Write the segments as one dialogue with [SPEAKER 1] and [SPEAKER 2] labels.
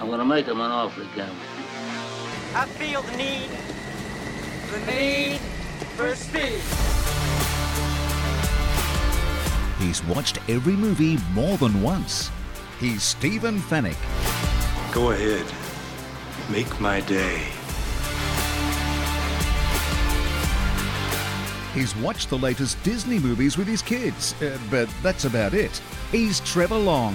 [SPEAKER 1] I'm gonna make him an offer again.
[SPEAKER 2] I feel the need, the need for speed.
[SPEAKER 3] He's watched every movie more than once. He's Stephen Fennick.
[SPEAKER 4] Go ahead. Make my day.
[SPEAKER 3] He's watched the latest Disney movies with his kids, uh, but that's about it. He's Trevor Long.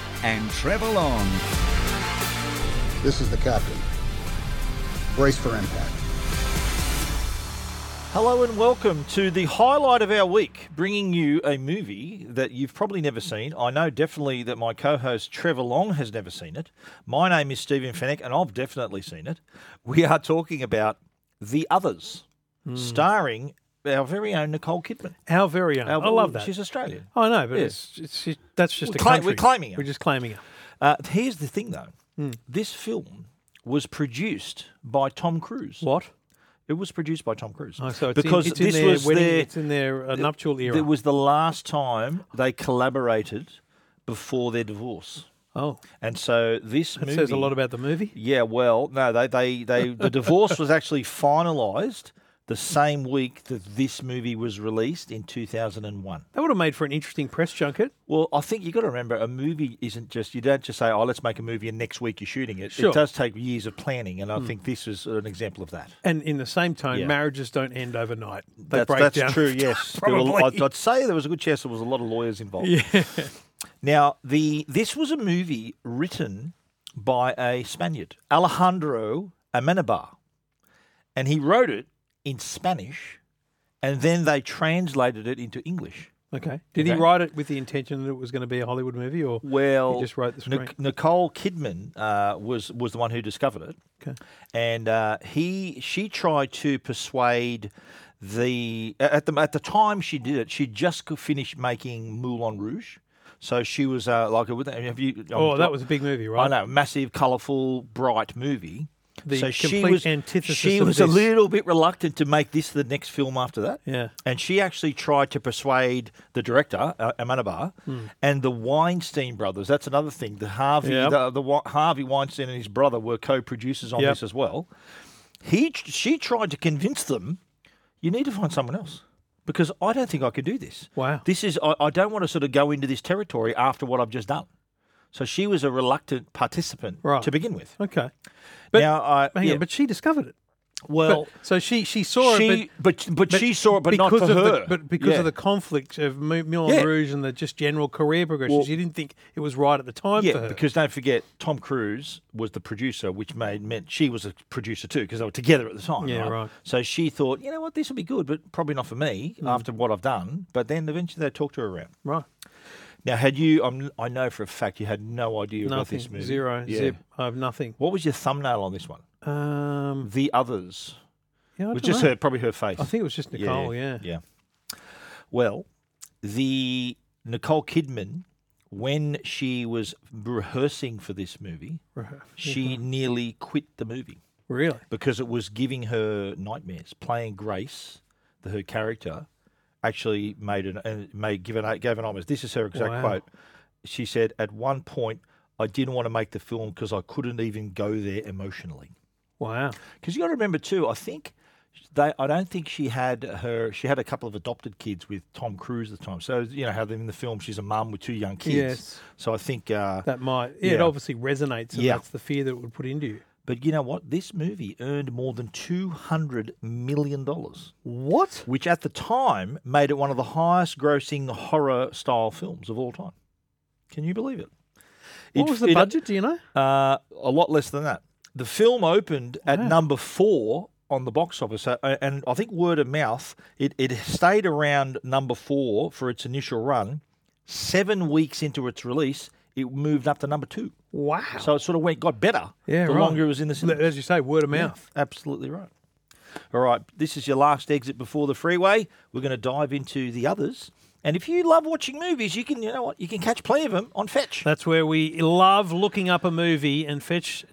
[SPEAKER 3] and Trevor Long.
[SPEAKER 5] This is the captain. Brace for impact.
[SPEAKER 6] Hello and welcome to the highlight of our week, bringing you a movie that you've probably never seen. I know definitely that my co host Trevor Long has never seen it. My name is Stephen Fennick, and I've definitely seen it. We are talking about The Others,
[SPEAKER 7] Hmm.
[SPEAKER 6] starring our very own Nicole Kidman.
[SPEAKER 7] Our very own.
[SPEAKER 6] Our-
[SPEAKER 7] I love that. Oh,
[SPEAKER 6] She's Australian.
[SPEAKER 7] I know, but
[SPEAKER 6] Yeah.
[SPEAKER 7] it's, it's, it- that's just
[SPEAKER 6] We're
[SPEAKER 7] a
[SPEAKER 6] cla-
[SPEAKER 7] country.
[SPEAKER 6] we're claiming it.
[SPEAKER 7] We're just claiming it.
[SPEAKER 6] Uh, here's the thing, though
[SPEAKER 7] Hmm.
[SPEAKER 6] this film was produced by Tom Cruise.
[SPEAKER 7] What?
[SPEAKER 6] It was produced by Tom Cruise.
[SPEAKER 7] Oh, so it's
[SPEAKER 6] because
[SPEAKER 7] in, it's
[SPEAKER 6] this
[SPEAKER 7] in their
[SPEAKER 6] was
[SPEAKER 7] wedding,
[SPEAKER 6] their,
[SPEAKER 7] it's in their uh, nuptial era.
[SPEAKER 6] It was the last time they collaborated before their divorce,
[SPEAKER 7] oh,
[SPEAKER 6] and so this
[SPEAKER 7] that
[SPEAKER 6] movie
[SPEAKER 7] says a lot about the movie.
[SPEAKER 6] Yeah, well, no, they they, they the divorce was actually finalised the same week that this movie was released in two thousand and one.
[SPEAKER 7] That would have made for an interesting press junket.
[SPEAKER 6] Well, I think you got to remember a movie isn't just you don't just say oh let's make a movie and next week you're shooting it.
[SPEAKER 7] Sure. Hmm.
[SPEAKER 6] It does take years of planning, and I think this is an example of that.
[SPEAKER 7] And in the same tone,
[SPEAKER 6] Yeah.
[SPEAKER 7] marriages don't end overnight. They
[SPEAKER 6] that's,
[SPEAKER 7] break
[SPEAKER 6] that's
[SPEAKER 7] down.
[SPEAKER 6] true. Yes, There were-
[SPEAKER 7] Probably.
[SPEAKER 6] I'd, I'd say there was a good chance there was a lot of lawyers involved. Now, the this was a movie written by a Spaniard, Alejandro Amenabar, and he wrote it in Spanish, and then they translated it into English.
[SPEAKER 7] Okay. Did he
[SPEAKER 6] Okay.
[SPEAKER 7] write it with the intention that it was going to be a Hollywood movie, or
[SPEAKER 6] Well,
[SPEAKER 7] he just wrote the
[SPEAKER 6] Nic-
[SPEAKER 7] script?
[SPEAKER 6] Nicole Kidman uh, was was the one who discovered it,
[SPEAKER 7] Okay.
[SPEAKER 6] and uh, he she tried to persuade the at the at the time she did it. She just co- finished making Moulin Rouge, so she was uh, like, "Have you?"
[SPEAKER 7] Oh, that was a big movie, right?
[SPEAKER 6] I know, massive, colourful, bright movie.
[SPEAKER 7] The
[SPEAKER 6] so she
[SPEAKER 7] complete
[SPEAKER 6] was
[SPEAKER 7] antithesis
[SPEAKER 6] she
[SPEAKER 7] of
[SPEAKER 6] was a
[SPEAKER 7] this.
[SPEAKER 6] little bit reluctant to make this the next film after that.
[SPEAKER 7] Yeah.
[SPEAKER 6] and she actually tried to persuade the director uh, Amanabar
[SPEAKER 7] Hmm.
[SPEAKER 6] and the Weinstein brothers. That's another thing. The Harvey,
[SPEAKER 7] Yep.
[SPEAKER 6] the, the Wa- Harvey Weinstein and his brother were co-producers on
[SPEAKER 7] Yep.
[SPEAKER 6] this as well. He, she tried to convince them, you need to find someone else. Because I don't think I could do this.
[SPEAKER 7] Wow.
[SPEAKER 6] This is I, I don't want to sort of go into this territory after what I've just done. So she was a reluctant participant
[SPEAKER 7] Right.
[SPEAKER 6] to begin with.
[SPEAKER 7] Okay. But
[SPEAKER 6] now, I,
[SPEAKER 7] hang
[SPEAKER 6] Uh, yeah,
[SPEAKER 7] on, but she discovered it. But-
[SPEAKER 6] well,
[SPEAKER 7] so she she saw
[SPEAKER 6] she,
[SPEAKER 7] it, but.
[SPEAKER 6] but, but, she saw it, but not
[SPEAKER 7] because
[SPEAKER 6] for
[SPEAKER 7] of
[SPEAKER 6] her.
[SPEAKER 7] The, but because
[SPEAKER 6] Yeah.
[SPEAKER 7] of the conflict of Mu- Moulin
[SPEAKER 6] Yeah.
[SPEAKER 7] Rouge and the just general career progression,
[SPEAKER 6] Well-
[SPEAKER 7] she didn't think it was right at the time for
[SPEAKER 6] yeah,
[SPEAKER 7] her.
[SPEAKER 6] because don't forget Tom Cruise was the producer, which made meant she was a producer too because they were together at the time.
[SPEAKER 7] Yeah,
[SPEAKER 6] right?
[SPEAKER 7] right. Mm.
[SPEAKER 6] So she thought, you know what, this will be good, but probably not for me after what I've done. But then eventually they talked her around.
[SPEAKER 7] right,
[SPEAKER 6] Now, had you? I'm, I know for a fact you had no idea about
[SPEAKER 7] nothing,
[SPEAKER 6] this movie.
[SPEAKER 7] zero,
[SPEAKER 6] Yeah.
[SPEAKER 7] zip. I have nothing.
[SPEAKER 6] What was your thumbnail on this one?
[SPEAKER 7] Um,
[SPEAKER 6] The others,
[SPEAKER 7] yeah, I
[SPEAKER 6] which
[SPEAKER 7] don't
[SPEAKER 6] just
[SPEAKER 7] know.
[SPEAKER 6] her, probably her face.
[SPEAKER 7] I think it was just Nicole. Yeah,
[SPEAKER 6] yeah. Well, the Nicole Kidman, when she was rehearsing for this movie,
[SPEAKER 7] Rehe-
[SPEAKER 6] she
[SPEAKER 7] Mm-hmm.
[SPEAKER 6] nearly quit the movie
[SPEAKER 7] really.
[SPEAKER 6] because it was giving her nightmares. Playing Grace, the, her character, actually made an and made give an gave an nightmares. This is her exact
[SPEAKER 7] Wow.
[SPEAKER 6] quote. She said, "At one point, I didn't want to make the film because I couldn't even go there emotionally."
[SPEAKER 7] Wow.
[SPEAKER 6] Because you got to remember too, I think They, I don't think she had her. She had a couple of adopted kids with Tom Cruise at the time. So you know how in the film she's a mum with two young kids.
[SPEAKER 7] Yes.
[SPEAKER 6] So I think uh,
[SPEAKER 7] That might, yeah, it
[SPEAKER 6] Yeah.
[SPEAKER 7] obviously resonates. And
[SPEAKER 6] Yeah.
[SPEAKER 7] That's the fear that it would put into you.
[SPEAKER 6] But you know what? This movie earned more than $200 million,
[SPEAKER 7] What?
[SPEAKER 6] which at the time made it one of the highest grossing horror style films of all time. Can you believe it?
[SPEAKER 7] What
[SPEAKER 6] It-
[SPEAKER 7] was the
[SPEAKER 6] it-
[SPEAKER 7] budget? Do you know?
[SPEAKER 6] Uh, a lot less than that. The film opened at number four on the box office, uh, and I think word of mouth, it, it stayed around number four for its initial run. Seven weeks into its release, it moved up to number two.
[SPEAKER 7] Wow.
[SPEAKER 6] So it sort of went got better
[SPEAKER 7] yeah,
[SPEAKER 6] the
[SPEAKER 7] right.
[SPEAKER 6] longer it was in the cinema.
[SPEAKER 7] As you say, word of mouth.
[SPEAKER 6] Absolutely right. All right, this is your last exit before the freeway. We're going to dive into the others. And if you love watching movies, you can, you know what, you can catch plenty of them on Fetch.
[SPEAKER 7] That's where we love looking up a movie, and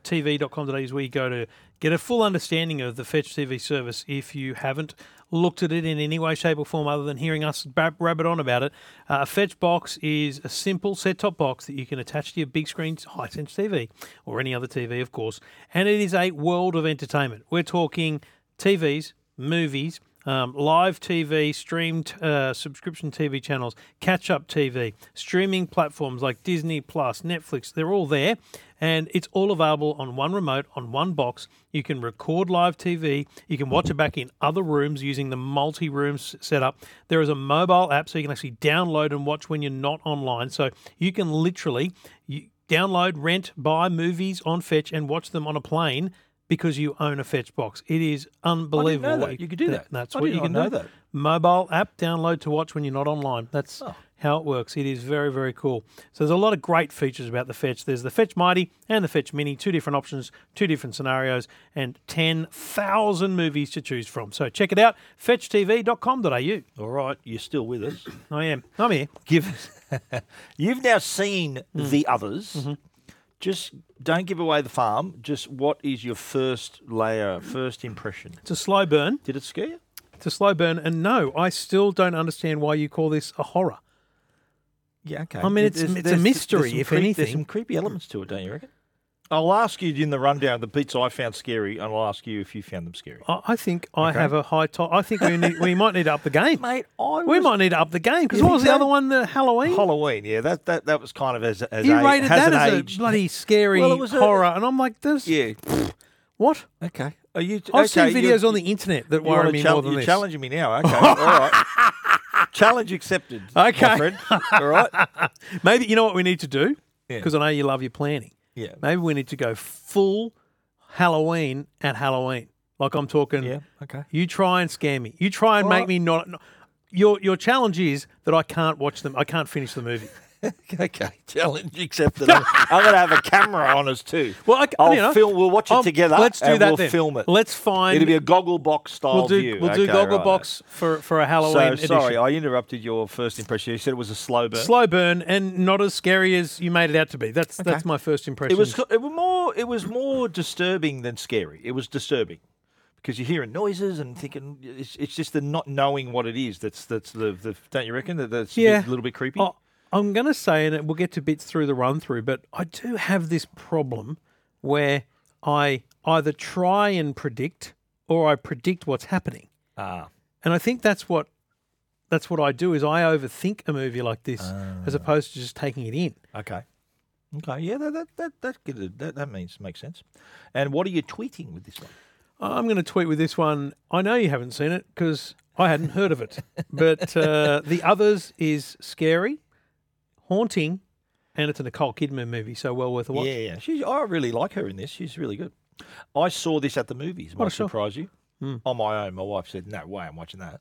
[SPEAKER 7] fetchtv.com.au is where you go to get a full understanding of the Fetch TV service if you haven't looked at it in any way, shape, or form other than hearing us bab- rabbit on about it. Uh, a Fetch box is a simple set top box that you can attach to your big screen Hisense TV or any other TV, of course, and it is a world of entertainment. We're talking TVs, movies, um, live TV, streamed uh, subscription TV channels, catch up TV, streaming platforms like Disney Plus, Netflix, they're all there. And it's all available on one remote, on one box. You can record live TV. You can watch it back in other rooms using the multi room s- setup. There is a mobile app so you can actually download and watch when you're not online. So you can literally you download, rent, buy movies on Fetch and watch them on a plane because you own a Fetch box. It is unbelievable.
[SPEAKER 6] that.
[SPEAKER 7] what
[SPEAKER 6] You could do that.
[SPEAKER 7] That's
[SPEAKER 6] I
[SPEAKER 7] what
[SPEAKER 6] did
[SPEAKER 7] you
[SPEAKER 6] not
[SPEAKER 7] can
[SPEAKER 6] know
[SPEAKER 7] do.
[SPEAKER 6] that.
[SPEAKER 7] Mobile app download to watch when you're not online. That's
[SPEAKER 6] Oh.
[SPEAKER 7] how it works. It is very, very cool. So there's a lot of great features about the Fetch. There's the Fetch Mighty and the Fetch Mini, two different options, two different scenarios, and 10,000 movies to choose from. So check it out, fetchtv.com.au.
[SPEAKER 6] All right, you're still with us.
[SPEAKER 7] I am. I'm here.
[SPEAKER 6] Give You've now seen the others. Just don't give away the farm. Just what is your first layer, first impression?
[SPEAKER 7] It's a slow burn.
[SPEAKER 6] Did it scare you?
[SPEAKER 7] It's a slow burn, and no, I still don't understand why you call this a horror.
[SPEAKER 6] Yeah, okay.
[SPEAKER 7] I mean, it's- it's a mystery,
[SPEAKER 6] some
[SPEAKER 7] if
[SPEAKER 6] There's
[SPEAKER 7] anything.
[SPEAKER 6] some creepy elements to it, don't you reckon? I'll ask you in the rundown the beats I found scary, and I'll ask you if you found them scary.
[SPEAKER 7] I, I think I have a high top. I think we need, we might need to up the game,
[SPEAKER 6] Mate, I
[SPEAKER 7] We
[SPEAKER 6] was-
[SPEAKER 7] might need to up the game because
[SPEAKER 6] You
[SPEAKER 7] what was
[SPEAKER 6] think
[SPEAKER 7] the
[SPEAKER 6] so?
[SPEAKER 7] other one? The Halloween.
[SPEAKER 6] Halloween, yeah, that that, that was kind of as as
[SPEAKER 7] you
[SPEAKER 6] a,
[SPEAKER 7] rated
[SPEAKER 6] has
[SPEAKER 7] that
[SPEAKER 6] an
[SPEAKER 7] as
[SPEAKER 6] aged-
[SPEAKER 7] a bloody scary
[SPEAKER 6] Well, it was a-
[SPEAKER 7] horror, and I'm like, this.
[SPEAKER 6] yeah.
[SPEAKER 7] What?
[SPEAKER 6] Okay, are you?
[SPEAKER 7] I've
[SPEAKER 6] okay,
[SPEAKER 7] seen
[SPEAKER 6] you're-
[SPEAKER 7] videos on the internet that
[SPEAKER 6] you wanna
[SPEAKER 7] worry me
[SPEAKER 6] chal-
[SPEAKER 7] more than
[SPEAKER 6] you're
[SPEAKER 7] this.
[SPEAKER 6] challenging me now. Okay, all right. Challenge accepted. my
[SPEAKER 7] Okay.
[SPEAKER 6] friend. all right.
[SPEAKER 7] Maybe you know what we need to do
[SPEAKER 6] Yeah.
[SPEAKER 7] because I know you love your planning.
[SPEAKER 6] Yeah.
[SPEAKER 7] Maybe we need to go full Halloween at Halloween. Like I'm talking.
[SPEAKER 6] Yeah, okay.
[SPEAKER 7] You try and scare me. You try and
[SPEAKER 6] All
[SPEAKER 7] make
[SPEAKER 6] right.
[SPEAKER 7] me not. not- Your your challenge is that I can't watch them. I can't finish the movie.
[SPEAKER 6] Okay, challenge accepted. I'm, I'm going to have a camera on us too.
[SPEAKER 7] Well, I c-
[SPEAKER 6] will
[SPEAKER 7] you know,
[SPEAKER 6] film. We'll watch it
[SPEAKER 7] um,
[SPEAKER 6] together.
[SPEAKER 7] let's do
[SPEAKER 6] and
[SPEAKER 7] that
[SPEAKER 6] We'll
[SPEAKER 7] then.
[SPEAKER 6] film it.
[SPEAKER 7] Let's find-
[SPEAKER 6] It'll be a goggle box style
[SPEAKER 7] We'll do
[SPEAKER 6] view.
[SPEAKER 7] we'll do
[SPEAKER 6] Okay,
[SPEAKER 7] Goggle
[SPEAKER 6] right.
[SPEAKER 7] Box for for a
[SPEAKER 6] So
[SPEAKER 7] Halloween edition.
[SPEAKER 6] sorry, I interrupted your first impression. You said it was a slow burn.
[SPEAKER 7] Slow burn and not as scary as you made it out to be. That's that's my first impression.
[SPEAKER 6] It was. co- It was more. It was more disturbing than scary. It was disturbing because you're hearing noises and thinking. It's, it's just the not knowing what it is. That's that's the, the don't you reckon that that's a bit- a little bit creepy.
[SPEAKER 7] I- Oh, I'm going to say, and it- we'll get to bits through the run through, but I do have this problem where I either try and predict or I predict what's happening.
[SPEAKER 6] Ah.
[SPEAKER 7] And I think that's what that's what I do is I overthink a movie like this
[SPEAKER 6] Ah.
[SPEAKER 7] as opposed to just taking it in.
[SPEAKER 6] Okay. Okay. Yeah. That that that that could- that, that means makes sense. And what are you tweeting with this one?
[SPEAKER 7] I'm going to tweet with this one. I know you haven't seen it because I hadn't heard of it. But uh, the others is scary, haunting, and it's a Nicole Kidman movie, so well worth a watch.
[SPEAKER 6] Yeah, yeah. She's, I really like her in this. She's really good. I saw this at the movies. Might
[SPEAKER 7] a shock. Hmm.
[SPEAKER 6] surprise you. On my own, my wife said, "No way, I'm watching that."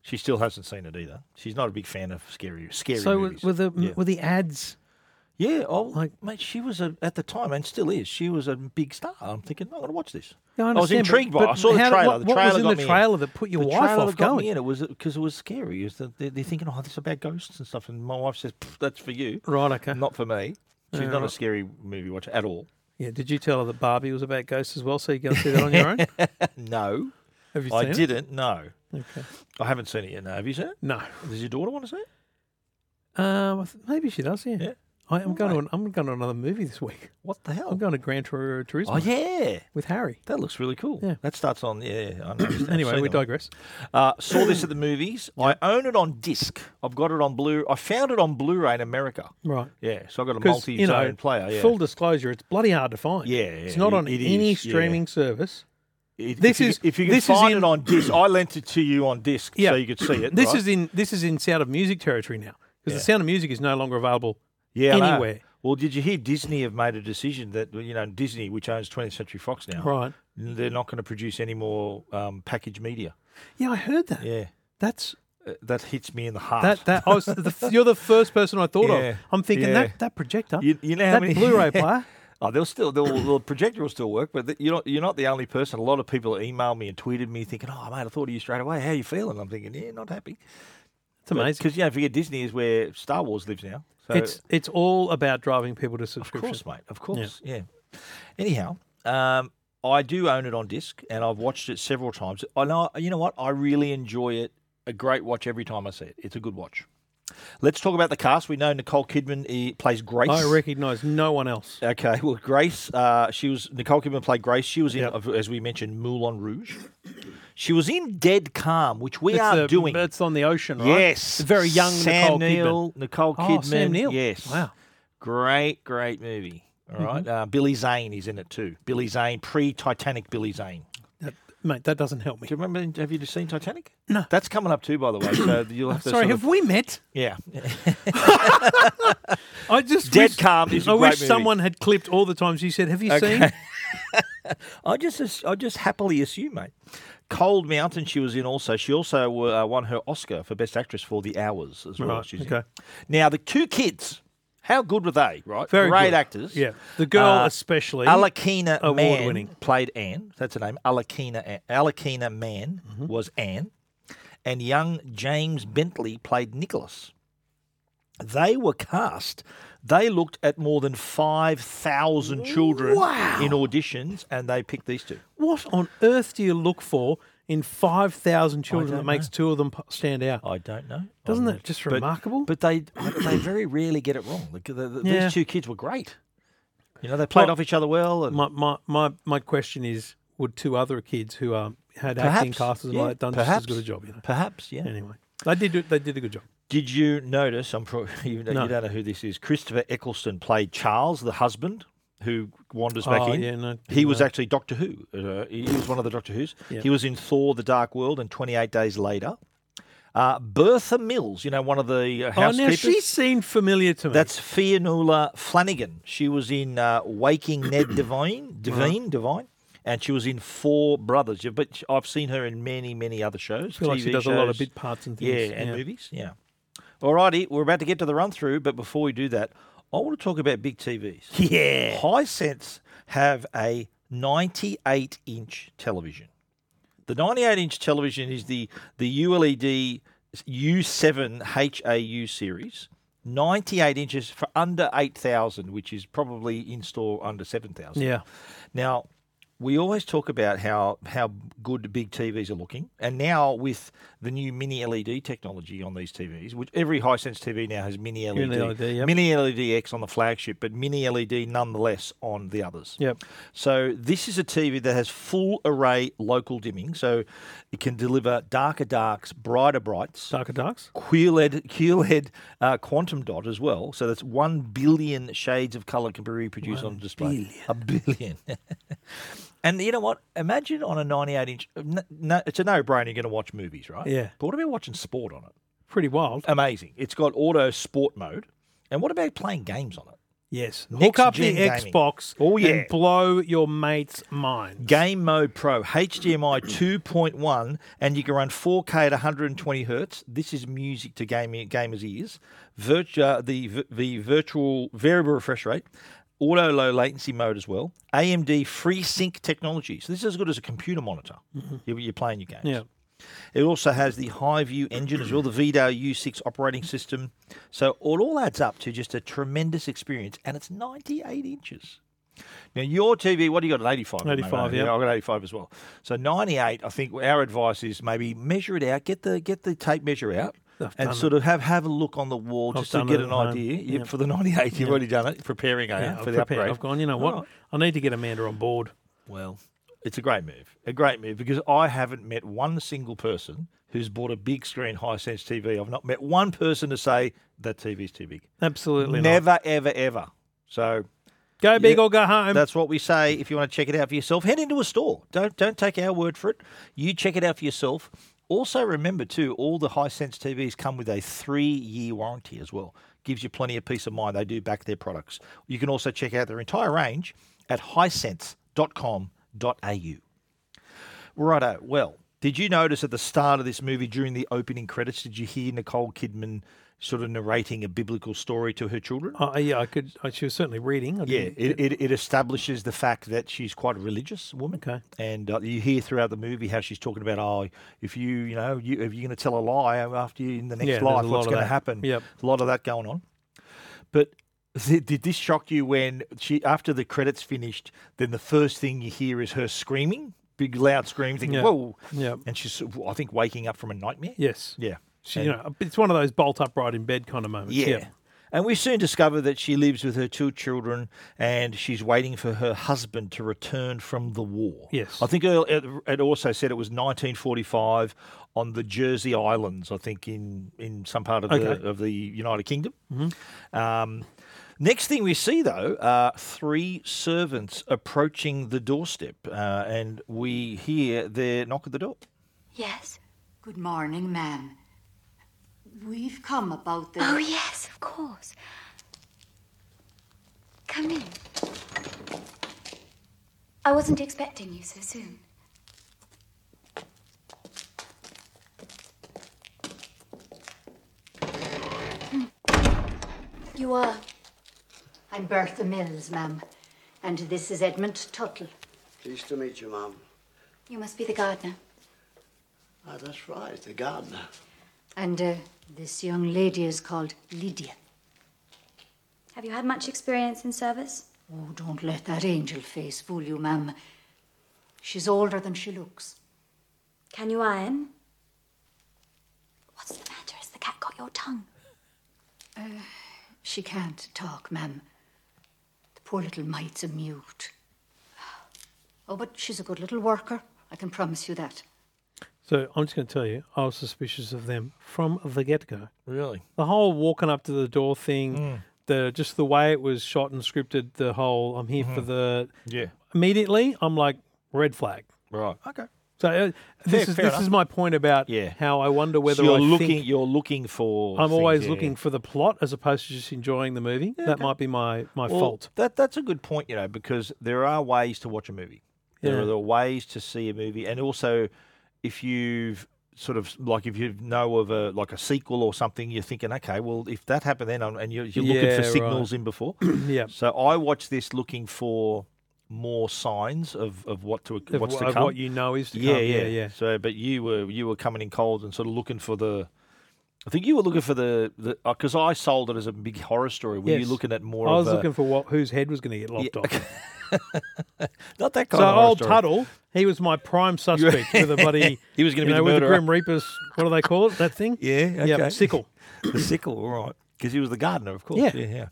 [SPEAKER 6] She still hasn't seen it either. She's not a big fan of scary, scary
[SPEAKER 7] So
[SPEAKER 6] movies.
[SPEAKER 7] with, with the
[SPEAKER 6] yeah,
[SPEAKER 7] with the ads,
[SPEAKER 6] yeah oh, like
[SPEAKER 7] like-
[SPEAKER 6] mate, she was a, at the time and still is. She was a big star. I'm thinking, I'm going to watch this.
[SPEAKER 7] No, I
[SPEAKER 6] I, was
[SPEAKER 7] understand, but-
[SPEAKER 6] intrigued by. it. I
[SPEAKER 7] but
[SPEAKER 6] saw the
[SPEAKER 7] how-
[SPEAKER 6] trailer.
[SPEAKER 7] what-
[SPEAKER 6] the
[SPEAKER 7] what
[SPEAKER 6] trailer
[SPEAKER 7] was in
[SPEAKER 6] got
[SPEAKER 7] the
[SPEAKER 6] me
[SPEAKER 7] trailer that put your
[SPEAKER 6] the
[SPEAKER 7] wife
[SPEAKER 6] trailer
[SPEAKER 7] off
[SPEAKER 6] got
[SPEAKER 7] going?
[SPEAKER 6] Me in. It was because it was scary. Is that they're, they're thinking, oh, this is about ghosts and stuff. And my wife says, "Pff, that's for you,
[SPEAKER 7] right? Okay.
[SPEAKER 6] not for me. She's not a scary movie watcher at all.
[SPEAKER 7] Yeah. Did you tell her that Barbie was about ghosts as well? So you go and see that on your own?
[SPEAKER 6] No.
[SPEAKER 7] Have you seen
[SPEAKER 6] I
[SPEAKER 7] it?
[SPEAKER 6] didn't. No. Okay. I haven't seen it yet. No. Have you seen it?
[SPEAKER 7] No.
[SPEAKER 6] Does your daughter want to see it?
[SPEAKER 7] Um, I th- maybe she does. Yeah.
[SPEAKER 6] Yeah.
[SPEAKER 7] I am going to an, I'm going to another movie this week.
[SPEAKER 6] What the hell?
[SPEAKER 7] I'm going to Gran Tur- Turismo
[SPEAKER 6] oh yeah,
[SPEAKER 7] with Harry.
[SPEAKER 6] that looks really cool.
[SPEAKER 7] Yeah.
[SPEAKER 6] That starts on yeah. yeah, I noticed. I've
[SPEAKER 7] Anyway,
[SPEAKER 6] seen
[SPEAKER 7] we
[SPEAKER 6] that one.
[SPEAKER 7] digress.
[SPEAKER 6] Uh, saw this at the movies. I own it on disc. I've got it on Blu. I found it on Blu-ray in America.
[SPEAKER 7] Right.
[SPEAKER 6] Yeah, so I got a
[SPEAKER 7] 'Cause,
[SPEAKER 6] multi-zone
[SPEAKER 7] you know,
[SPEAKER 6] player. Yeah.
[SPEAKER 7] Full disclosure, it's bloody hard to find.
[SPEAKER 6] Yeah,
[SPEAKER 7] it's
[SPEAKER 6] yeah,
[SPEAKER 7] not
[SPEAKER 6] it-
[SPEAKER 7] on
[SPEAKER 6] it
[SPEAKER 7] any
[SPEAKER 6] is, yeah.
[SPEAKER 7] streaming service.
[SPEAKER 6] If-
[SPEAKER 7] this
[SPEAKER 6] if you,
[SPEAKER 7] is-
[SPEAKER 6] if you can
[SPEAKER 7] this is
[SPEAKER 6] find
[SPEAKER 7] in-
[SPEAKER 6] it on disc. I lent it to you on disc so you could see it.
[SPEAKER 7] This
[SPEAKER 6] right?
[SPEAKER 7] is in this is in Sound of Music territory now because the Sound of Music is no longer available
[SPEAKER 6] yeah, I know.
[SPEAKER 7] anywhere.
[SPEAKER 6] Well, did you hear Disney have made a decision that you know Disney, which owns 20th Century Fox now,
[SPEAKER 7] Right.
[SPEAKER 6] They're not going to produce any more um, packaged media.
[SPEAKER 7] Yeah, I heard that.
[SPEAKER 6] Yeah,
[SPEAKER 7] That's
[SPEAKER 6] Uh, that hits me in the heart.
[SPEAKER 7] that that I was the, you're the first person I thought
[SPEAKER 6] Yeah,
[SPEAKER 7] of. I'm thinking
[SPEAKER 6] yeah.
[SPEAKER 7] that that projector,
[SPEAKER 6] You- you know how
[SPEAKER 7] that
[SPEAKER 6] many-
[SPEAKER 7] Blu-ray player.
[SPEAKER 6] Oh, they'll still they'll, the projector will still work, but th- you're not you're not the only person. A lot of people emailed me and tweeted me thinking, "Oh, mate, I thought of you straight away. How you feeling?" I'm thinking, "Yeah, not happy."
[SPEAKER 7] It's amazing.
[SPEAKER 6] because you know, forget Disney is where Star Wars lives now. So
[SPEAKER 7] it's it's all about driving people to
[SPEAKER 6] of
[SPEAKER 7] subscription.
[SPEAKER 6] course, mate, of course, yeah. Anyhow, um, I do own it on disc, and I've watched it several times. I know you know what I really enjoy it. A great watch every time I see it. It's a good watch. Let's talk about the cast. We know Nicole Kidman eh, plays Grace.
[SPEAKER 7] I recognise no one else.
[SPEAKER 6] Okay, well, Grace, uh, she was Nicole Kidman played Grace. She was in,
[SPEAKER 7] Yep.
[SPEAKER 6] as we mentioned, Moulin Rouge. She was in Dead Calm, which we are
[SPEAKER 7] the-
[SPEAKER 6] doing.
[SPEAKER 7] It's on the ocean, right?
[SPEAKER 6] Yes,
[SPEAKER 7] The very young
[SPEAKER 6] Sam
[SPEAKER 7] Nicole Kidman.
[SPEAKER 6] Neill, Nicole Kidman.
[SPEAKER 7] Oh, Sam Neill.
[SPEAKER 6] Yes,
[SPEAKER 7] Wow. Mm-hmm.
[SPEAKER 6] great, great movie. All right, uh, Billy Zane is in it too. Billy Zane, pre-Titanic Billy Zane.
[SPEAKER 7] That, mate, that doesn't help me.
[SPEAKER 6] Do you remember? Have you seen Titanic? No. That's coming up too, by the way. So you'll have to.
[SPEAKER 7] Sorry,
[SPEAKER 6] sort
[SPEAKER 7] have
[SPEAKER 6] of-
[SPEAKER 7] we met?
[SPEAKER 6] yeah.
[SPEAKER 7] I just
[SPEAKER 6] Dead
[SPEAKER 7] wish,
[SPEAKER 6] Calm is a
[SPEAKER 7] I
[SPEAKER 6] great
[SPEAKER 7] wish
[SPEAKER 6] movie.
[SPEAKER 7] someone had clipped all the times you said, "Have you seen?"
[SPEAKER 6] I just, I just happily assume, mate. Cold Mountain, she was in also. She also uh, won her Oscar for Best Actress for The Hours as well.
[SPEAKER 7] Right,
[SPEAKER 6] She's in.
[SPEAKER 7] okay.
[SPEAKER 6] Now the two kids, how good were they? Right,
[SPEAKER 7] Very
[SPEAKER 6] great
[SPEAKER 7] good.
[SPEAKER 6] actors.
[SPEAKER 7] Yeah, the girl
[SPEAKER 6] Uh,
[SPEAKER 7] especially.
[SPEAKER 6] Alakina Mann
[SPEAKER 7] Award-winning.
[SPEAKER 6] played Anne. That's her name. Alakina Alakina Mann
[SPEAKER 7] Mm-hmm.
[SPEAKER 6] was Anne, and young James Bentley played Nicholas. They were cast. They looked at more than five thousand children in auditions, and they picked these two.
[SPEAKER 7] What on earth do you look for in five thousand children that
[SPEAKER 6] don't
[SPEAKER 7] makes two of them p- stand out?
[SPEAKER 6] I don't know.
[SPEAKER 7] Doesn't
[SPEAKER 6] I'm-
[SPEAKER 7] that just remarkable?
[SPEAKER 6] But they they very rarely get it wrong. The- the- the-
[SPEAKER 7] Yeah.
[SPEAKER 6] These two kids were great. You know, they played
[SPEAKER 7] Well,
[SPEAKER 6] off each other well. And
[SPEAKER 7] my, my my my question is: Would two other kids who um, had acting classes and all
[SPEAKER 6] yeah,
[SPEAKER 7] that done
[SPEAKER 6] perhaps,
[SPEAKER 7] just as good a job? You know.
[SPEAKER 6] Perhaps, yeah.
[SPEAKER 7] Anyway, they did do- they did a good job.
[SPEAKER 6] Did you notice? I'm probably you, know,
[SPEAKER 7] No.
[SPEAKER 6] you don't know who this is. Christopher Eccleston played Charles, the husband who wanders back
[SPEAKER 7] Oh,
[SPEAKER 6] in.
[SPEAKER 7] yeah, no,
[SPEAKER 6] he was
[SPEAKER 7] no.
[SPEAKER 6] actually Doctor Who. Uh, he was one of the Doctor Who's.
[SPEAKER 7] Yeah.
[SPEAKER 6] He was in Thor: The Dark World and 28 Days Later. Uh, Bertha Mills, you know, one of the uh,
[SPEAKER 7] Oh,
[SPEAKER 6] housekeepers.
[SPEAKER 7] now she seemed familiar to me.
[SPEAKER 6] That's Fionnuala Flanagan. She was in uh, Waking Ned
[SPEAKER 7] Mm-hmm.
[SPEAKER 6] Devine, Devine, Devine, and she was in Four Brothers. Yeah, But I've seen her in many, many other shows.
[SPEAKER 7] feel like she does a lot of
[SPEAKER 6] shows.
[SPEAKER 7] bit parts and
[SPEAKER 6] Yeah,
[SPEAKER 7] things,
[SPEAKER 6] and
[SPEAKER 7] yeah.
[SPEAKER 6] movies. Yeah. Alrighty, we're about to get to the run through, but before we do that, I want to talk about big TVs. Yeah. Hisense have a 98 inch television. The 98 inch television is the, the E ULED U7 HAU series. 98 inches for under 8,000, which is probably in store under 7,000.
[SPEAKER 7] yeah.
[SPEAKER 6] Now, we always talk about how how good big TVs are looking, and now with the new mini LED technology on these TVs, which every Hisense TV now has mini LED,
[SPEAKER 7] Mini LED, yep.
[SPEAKER 6] mini LED X on the flagship, but mini LED nonetheless on the others.
[SPEAKER 7] Yep.
[SPEAKER 6] So this is a TV that has full array local dimming, so it can deliver darker darks, brighter brights.
[SPEAKER 7] Darker Darks.
[SPEAKER 6] QLED, QLED uh, quantum dot as well. So that's one billion shades of color can be reproduced on display. A billion. and you know what? Imagine on a 98 inch. n- No, it's a no brainer. You're going to watch movies, right?
[SPEAKER 7] Yeah.
[SPEAKER 6] But what about watching sport on it?
[SPEAKER 7] Pretty wild.
[SPEAKER 6] Amazing. It's got auto sport mode. And what about playing games on it?
[SPEAKER 7] Yes. Hook
[SPEAKER 6] Next
[SPEAKER 7] up the
[SPEAKER 6] gen gaming.
[SPEAKER 7] Xbox
[SPEAKER 6] Oh, yeah.
[SPEAKER 7] and blow your mate's mind.
[SPEAKER 6] Game Mode Pro, HDMI 2.1, and you can run 4K at 120 hertz. This is music to game, gamers' ears. Virt- uh, the v- the virtual variable refresh rate, auto low latency mode as well. AMD FreeSync technology. So this is as good as a computer monitor. You're, you're playing your games.
[SPEAKER 7] Yeah.
[SPEAKER 6] It also has the High View engine as well, the VDAO U6 operating system. So it all adds up to just a tremendous experience, and it's 98 inches. Now your TV, what do you got? An 85. mate,
[SPEAKER 7] 85,
[SPEAKER 6] eh?
[SPEAKER 7] yeah.
[SPEAKER 6] I've got 85 as well. So 98. I think our advice is maybe measure it out. Get the get the tape measure out.
[SPEAKER 7] I've
[SPEAKER 6] and
[SPEAKER 7] done
[SPEAKER 6] sort of have, have a look on the wall
[SPEAKER 7] I've
[SPEAKER 6] just to
[SPEAKER 7] done
[SPEAKER 6] get
[SPEAKER 7] it
[SPEAKER 6] an
[SPEAKER 7] at home.
[SPEAKER 6] idea. Yep,
[SPEAKER 7] Yeah.
[SPEAKER 6] For the 98, you've
[SPEAKER 7] Yeah.
[SPEAKER 6] already done it, preparing eh,
[SPEAKER 7] Yeah,
[SPEAKER 6] for
[SPEAKER 7] I've,
[SPEAKER 6] the
[SPEAKER 7] prepared-
[SPEAKER 6] upgrade.
[SPEAKER 7] I've gone, you know what?
[SPEAKER 6] Alright.
[SPEAKER 7] I need to get Amanda on board.
[SPEAKER 6] Well, it's a great move. A great move because I haven't met one single person who's bought a big screen high sense TV. I've not met one person to say that TV's too big.
[SPEAKER 7] Absolutely not.
[SPEAKER 6] Never, ever, ever. So
[SPEAKER 7] Go big
[SPEAKER 6] Yeah.
[SPEAKER 7] or go home.
[SPEAKER 6] that's what we say. If you want to check it out for yourself, head into a store. Don't don't take our word for it. You check it out for yourself. Also remember too, all the high sense TVs come with a three year warranty as well. Gives you plenty of peace of mind. They do back their products. You can also check out their entire range at highsense.com.au. Righto. Well, did you notice at the start of this movie, during the opening credits, did you hear Nicole Kidman sort of narrating a biblical story to her children?
[SPEAKER 7] Oh, yeah, I could. I, she was certainly reading. I
[SPEAKER 6] Yeah,
[SPEAKER 7] didn't-
[SPEAKER 6] it, it, it establishes the fact that she's quite a religious woman.
[SPEAKER 7] Okay.
[SPEAKER 6] And uh, you hear throughout the movie how she's talking about, oh, if you, you know, you, if you're going to tell a lie after you in the next
[SPEAKER 7] Yeah, there's a
[SPEAKER 6] life,
[SPEAKER 7] lot
[SPEAKER 6] what's
[SPEAKER 7] of
[SPEAKER 6] going to
[SPEAKER 7] that.
[SPEAKER 6] happen?
[SPEAKER 7] Yep.
[SPEAKER 6] A lot of that going on. But th- did this shock you when she, after the credits finished, then the first thing you hear is her screaming, big loud scream, thinking,
[SPEAKER 7] Yeah.
[SPEAKER 6] whoa.
[SPEAKER 7] Yep.
[SPEAKER 6] And she's, sort of, I think, waking up from a nightmare.
[SPEAKER 7] Yes.
[SPEAKER 6] Yeah.
[SPEAKER 7] She,
[SPEAKER 6] And-
[SPEAKER 7] you know, it's one of those bolt upright in bed kind of moments.
[SPEAKER 6] yeah. And we soon discover that she lives with her two children and she's waiting for her husband to return from the war.
[SPEAKER 7] Yes.
[SPEAKER 6] I think it- it it also said it was 1945 on the Jersey Islands, I think, in, in some part of,
[SPEAKER 7] Okay. Mm-hmm.
[SPEAKER 6] the, of the United Kingdom. Um, next thing we see, though, are three servants approaching the doorstep uh, and we hear their knock at the door.
[SPEAKER 8] Yes.
[SPEAKER 2] Good morning, ma'am. We've come about the.
[SPEAKER 8] Oh, yes, of course. Come in. I wasn't expecting you so soon. Hmm. You are.
[SPEAKER 2] I'm Bertha Mills, ma'am. And this is Edmund Tuttle.
[SPEAKER 9] Pleased to meet you, ma'am.
[SPEAKER 8] You must be the gardener.
[SPEAKER 9] Ah, that's right, the gardener.
[SPEAKER 2] And uh, this young lady is called Lydia.
[SPEAKER 8] Have you had much experience in service?
[SPEAKER 2] Oh, don't let that angel face fool you, ma'am. She's older than she looks.
[SPEAKER 8] Can you iron? What's the matter? Has the cat got your tongue?
[SPEAKER 2] She can't talk, ma'am. The poor little mite's a mute. Oh, but she's a good little worker. I can promise you that.
[SPEAKER 7] So I'm just going to tell you, I was suspicious of them from the get go.
[SPEAKER 6] Really?
[SPEAKER 7] The whole walking up to the door thing,
[SPEAKER 6] Mm.
[SPEAKER 7] the just the way it was shot and scripted, the whole I'm here for the.
[SPEAKER 6] Mm-hmm. Yeah.
[SPEAKER 7] Immediately, I'm like red flag.
[SPEAKER 6] Right. Okay.
[SPEAKER 7] So uh, this is
[SPEAKER 6] fair
[SPEAKER 7] this
[SPEAKER 6] enough.
[SPEAKER 7] is my point about
[SPEAKER 6] Yeah.
[SPEAKER 7] how I wonder whether
[SPEAKER 6] So you're
[SPEAKER 7] I
[SPEAKER 6] looking,
[SPEAKER 7] think
[SPEAKER 6] you're looking for.
[SPEAKER 7] I'm
[SPEAKER 6] things,
[SPEAKER 7] always
[SPEAKER 6] yeah.
[SPEAKER 7] looking for the plot as opposed to just enjoying the movie. that might be my my
[SPEAKER 6] Well,
[SPEAKER 7] fault.
[SPEAKER 6] That that's a good point, you know, because there are ways to watch a movie. There
[SPEAKER 7] Yeah.
[SPEAKER 6] are the ways to see a movie, and also if you've sort of like if you know of a like a sequel or something, you're thinking, okay, well, if that happened then, and you're, you're looking
[SPEAKER 7] Yeah,
[SPEAKER 6] for
[SPEAKER 7] right.
[SPEAKER 6] signals in before.
[SPEAKER 7] Yeah.
[SPEAKER 6] so I watch this looking for more signs of, of what to
[SPEAKER 7] Of
[SPEAKER 6] what's
[SPEAKER 7] wh-
[SPEAKER 6] to
[SPEAKER 7] of
[SPEAKER 6] come.
[SPEAKER 7] what you know is to
[SPEAKER 6] yeah,
[SPEAKER 7] come.
[SPEAKER 6] yeah,
[SPEAKER 7] yeah, yeah.
[SPEAKER 6] So, but you were you were coming in cold and sort of looking for the. I think you were looking for the the because I sold it as a big horror story. Were you
[SPEAKER 7] Yes.
[SPEAKER 6] looking at more?
[SPEAKER 7] I was
[SPEAKER 6] of a-
[SPEAKER 7] looking for what whose head was going to get lopped off.
[SPEAKER 6] Not that kind
[SPEAKER 7] So
[SPEAKER 6] of horror
[SPEAKER 7] old
[SPEAKER 6] story.
[SPEAKER 7] Tuttle, he was my prime suspect with a bloody.
[SPEAKER 6] He was gonna
[SPEAKER 7] you
[SPEAKER 6] be
[SPEAKER 7] know,
[SPEAKER 6] the
[SPEAKER 7] with
[SPEAKER 6] murderer.
[SPEAKER 7] the Grim Reapers. What do they call it? That thing?
[SPEAKER 6] Yeah, okay.
[SPEAKER 7] Yep, sickle.
[SPEAKER 6] the sickle, all right, because he was the gardener, of course.
[SPEAKER 7] Yeah.
[SPEAKER 6] yeah. yeah.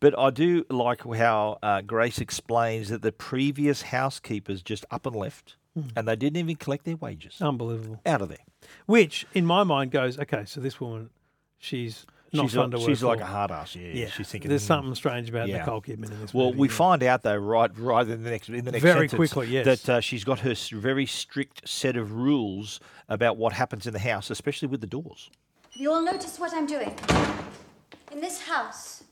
[SPEAKER 6] But I do like how uh, Grace explains that the previous housekeepers just up and left,
[SPEAKER 7] Hmm.
[SPEAKER 6] and they didn't even collect their wages
[SPEAKER 7] Unbelievable.
[SPEAKER 6] out of there.
[SPEAKER 7] Which in my mind goes, okay, so this woman, she's not
[SPEAKER 6] she's
[SPEAKER 7] fun
[SPEAKER 6] like,
[SPEAKER 7] to
[SPEAKER 6] she's
[SPEAKER 7] work
[SPEAKER 6] like a
[SPEAKER 7] for.
[SPEAKER 6] hard ass. Yeah,
[SPEAKER 7] yeah.
[SPEAKER 6] she's thinking
[SPEAKER 7] there's
[SPEAKER 6] "Hmm."
[SPEAKER 7] something strange about
[SPEAKER 6] yeah.
[SPEAKER 7] Nicole Kidman in this.
[SPEAKER 6] Well,
[SPEAKER 7] movie,
[SPEAKER 6] we
[SPEAKER 7] yeah.
[SPEAKER 6] find out though, right, right in the next in the next
[SPEAKER 7] Very
[SPEAKER 6] sentence
[SPEAKER 7] quickly, yes.
[SPEAKER 6] that uh, she's got her s- very strict set of rules about what happens in the house, especially with the doors.
[SPEAKER 8] Have you all noticed what I'm doing? In this house,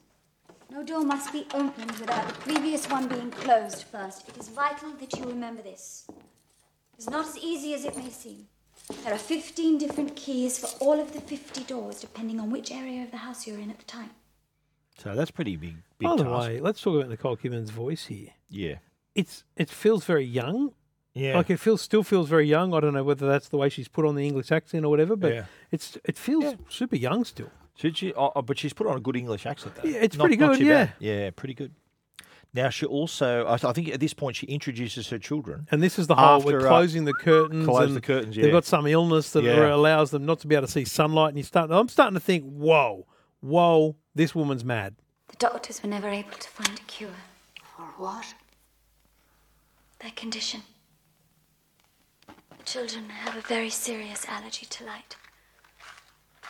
[SPEAKER 8] no door must be opened without the previous one being closed first. It is vital that you remember this. It's not as easy as it may seem. There are 15 different keys for all of the 50 doors, depending on which area of the house you're in at the time.
[SPEAKER 6] So that's pretty big. big
[SPEAKER 7] By the
[SPEAKER 6] task.
[SPEAKER 7] way, let's talk about Nicole Kidman's voice here.
[SPEAKER 6] yeah,
[SPEAKER 7] It's it feels very young.
[SPEAKER 6] yeah.
[SPEAKER 7] Like it feels still feels very young. I don't know whether that's the way she's put on the English accent or whatever, but
[SPEAKER 6] Yeah.
[SPEAKER 7] it's it feels super young still.
[SPEAKER 6] Should she? Oh, oh, but she's put on a good English accent though.
[SPEAKER 7] Yeah, it's
[SPEAKER 6] Not-
[SPEAKER 7] pretty
[SPEAKER 6] not
[SPEAKER 7] good,
[SPEAKER 6] too bad.
[SPEAKER 7] yeah.
[SPEAKER 6] yeah, pretty good.
[SPEAKER 10] Now she also, I, th- I think at this point, she introduces her children.
[SPEAKER 7] And this is the whole we're
[SPEAKER 10] after, uh,
[SPEAKER 7] closing the curtains.
[SPEAKER 10] Close
[SPEAKER 7] and
[SPEAKER 10] the curtains. Yeah,
[SPEAKER 7] They've got some illness that
[SPEAKER 10] Yeah.
[SPEAKER 7] allows them not to be able to see sunlight. And you start. I'm starting to think, whoa, whoa, this woman's mad.
[SPEAKER 11] The doctors were never able to find a cure.
[SPEAKER 12] For what?
[SPEAKER 11] Their condition. The children have a very serious allergy to light.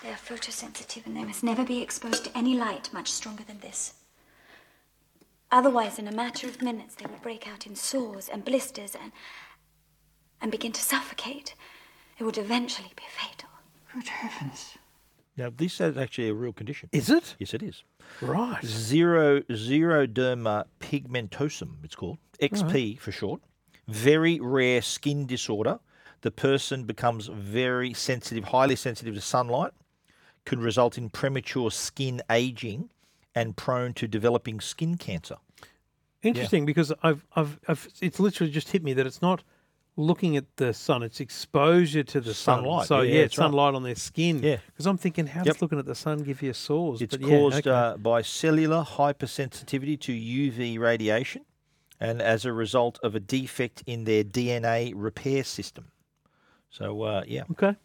[SPEAKER 11] They are photosensitive and they must never be exposed to any light much stronger than this. Otherwise, in a matter of minutes, they will break out in sores and blisters and, and begin to suffocate. It would eventually be fatal.
[SPEAKER 12] Good heavens.
[SPEAKER 10] Now this is actually a real condition.
[SPEAKER 7] Is it?
[SPEAKER 10] Yes, it is.
[SPEAKER 7] Right.
[SPEAKER 10] Zero xeroderma pigmentosum. It's called XP
[SPEAKER 7] Right.
[SPEAKER 10] for short. Very rare skin disorder. The person becomes very sensitive, highly sensitive to sunlight. Could result in premature skin aging and prone to developing skin cancer.
[SPEAKER 7] Interesting, because I've, I've, I've, it's literally just hit me that it's not looking at the sun; it's exposure to the
[SPEAKER 10] Sunlight,
[SPEAKER 7] Sun. So
[SPEAKER 10] yeah,
[SPEAKER 7] yeah,
[SPEAKER 10] that's right.
[SPEAKER 7] sunlight on their skin. Yeah, because I'm thinking, how does
[SPEAKER 10] Yep.
[SPEAKER 7] looking at the sun give you sores?
[SPEAKER 10] It's
[SPEAKER 7] But yeah,
[SPEAKER 10] caused
[SPEAKER 7] okay.
[SPEAKER 10] uh, by cellular hypersensitivity to UV radiation and as a result of a defect in their DNA repair system. So, uh, yeah.
[SPEAKER 7] Okay.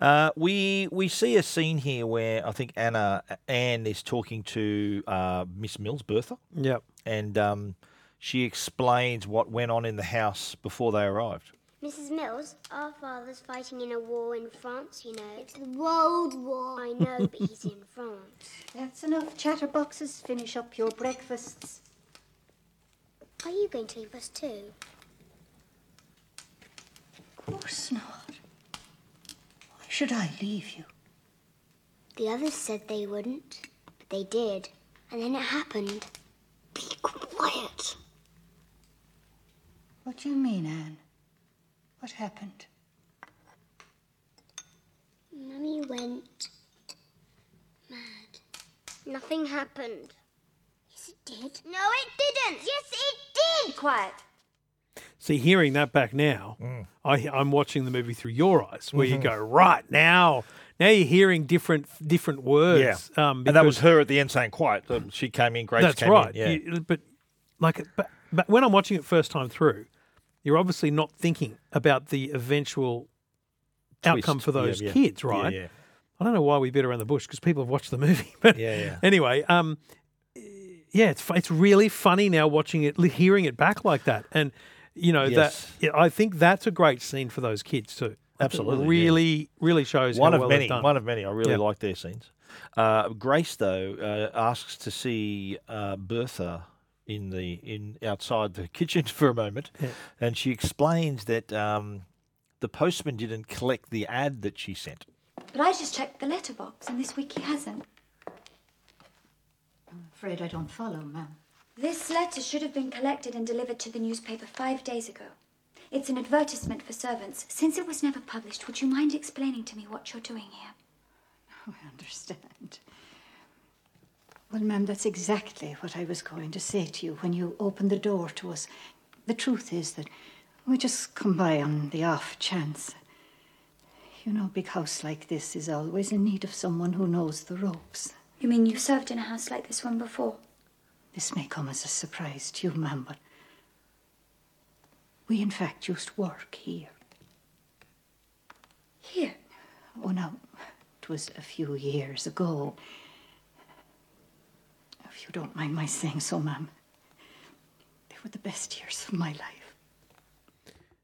[SPEAKER 10] Uh, we we see a scene here where I think Anna Anne is talking to uh, Miss Mills, Bertha.
[SPEAKER 7] Yep.
[SPEAKER 10] And um, she explains what went on in the house before they arrived.
[SPEAKER 6] Mrs. Mills, our father's fighting in a war in France, you know. It's the World War. I know, but he's in France.
[SPEAKER 11] That's enough, chatterboxes. Finish up your breakfasts.
[SPEAKER 6] Are you going to leave us too?
[SPEAKER 12] Of course not. Why should I leave you?
[SPEAKER 6] The others said they wouldn't, but they did. And then it happened. Be quiet.
[SPEAKER 12] What do you mean, Anne? What happened?
[SPEAKER 6] Mummy went mad. Nothing happened. Yes, it did. No, it didn't. Yes, it did.
[SPEAKER 11] Quiet.
[SPEAKER 7] See, hearing that back now,
[SPEAKER 10] Mm.
[SPEAKER 7] I, I'm watching the movie through your eyes, where you
[SPEAKER 10] Mhm.
[SPEAKER 7] go right now. Now you're hearing different different words. um,
[SPEAKER 10] Yeah. And that was her at the end saying quiet. Um, She came in, Grace
[SPEAKER 7] That's
[SPEAKER 10] came
[SPEAKER 7] right.
[SPEAKER 10] in. Yeah.
[SPEAKER 7] You- but like, but, but when I'm watching it first time through, you're obviously not thinking about the eventual outcome
[SPEAKER 10] Twist.
[SPEAKER 7] for those
[SPEAKER 10] Yeah, yeah.
[SPEAKER 7] kids,
[SPEAKER 10] Yeah,
[SPEAKER 7] right?
[SPEAKER 10] yeah.
[SPEAKER 7] I don't know why we beat around the bush because people have watched the movie. But
[SPEAKER 10] Yeah, yeah.
[SPEAKER 7] anyway, um, yeah, it's fu- it's really funny now watching it, li- hearing it back like that, and you know
[SPEAKER 10] Yes.
[SPEAKER 7] that yeah, I think that's a great scene for those kids too. I think it
[SPEAKER 10] Absolutely, yeah.
[SPEAKER 7] really, really shows
[SPEAKER 10] one
[SPEAKER 7] how
[SPEAKER 10] of
[SPEAKER 7] well they've
[SPEAKER 10] many.
[SPEAKER 7] done.
[SPEAKER 10] One of many. I really
[SPEAKER 7] Yeah.
[SPEAKER 10] like their scenes. Uh, Grace though uh, asks to see uh, Bertha in the in outside the kitchen for a moment,
[SPEAKER 7] Yeah.
[SPEAKER 10] and she explains that um, the postman didn't collect the ad that she sent.
[SPEAKER 11] But I just checked the letterbox, and this week he hasn't.
[SPEAKER 12] I'm afraid I don't follow, ma'am.
[SPEAKER 11] This letter should have been collected and delivered to the newspaper five days ago. It's an advertisement for servants. Since it was never published, would you mind explaining to me what you're doing here?
[SPEAKER 12] Oh, I understand. Well, ma'am, that's exactly what I was going to say to you when you opened the door to us. The truth is that we just come by on the off chance. You know, a big house like this is always in need of someone who knows the ropes.
[SPEAKER 11] You mean you've served in a house like this one before?
[SPEAKER 12] This may come as a surprise to you, ma'am, but we in fact used to work here.
[SPEAKER 11] Here?
[SPEAKER 12] Oh, no, it was a few years ago. If you don't mind my saying so, ma'am, they were the best years of my life.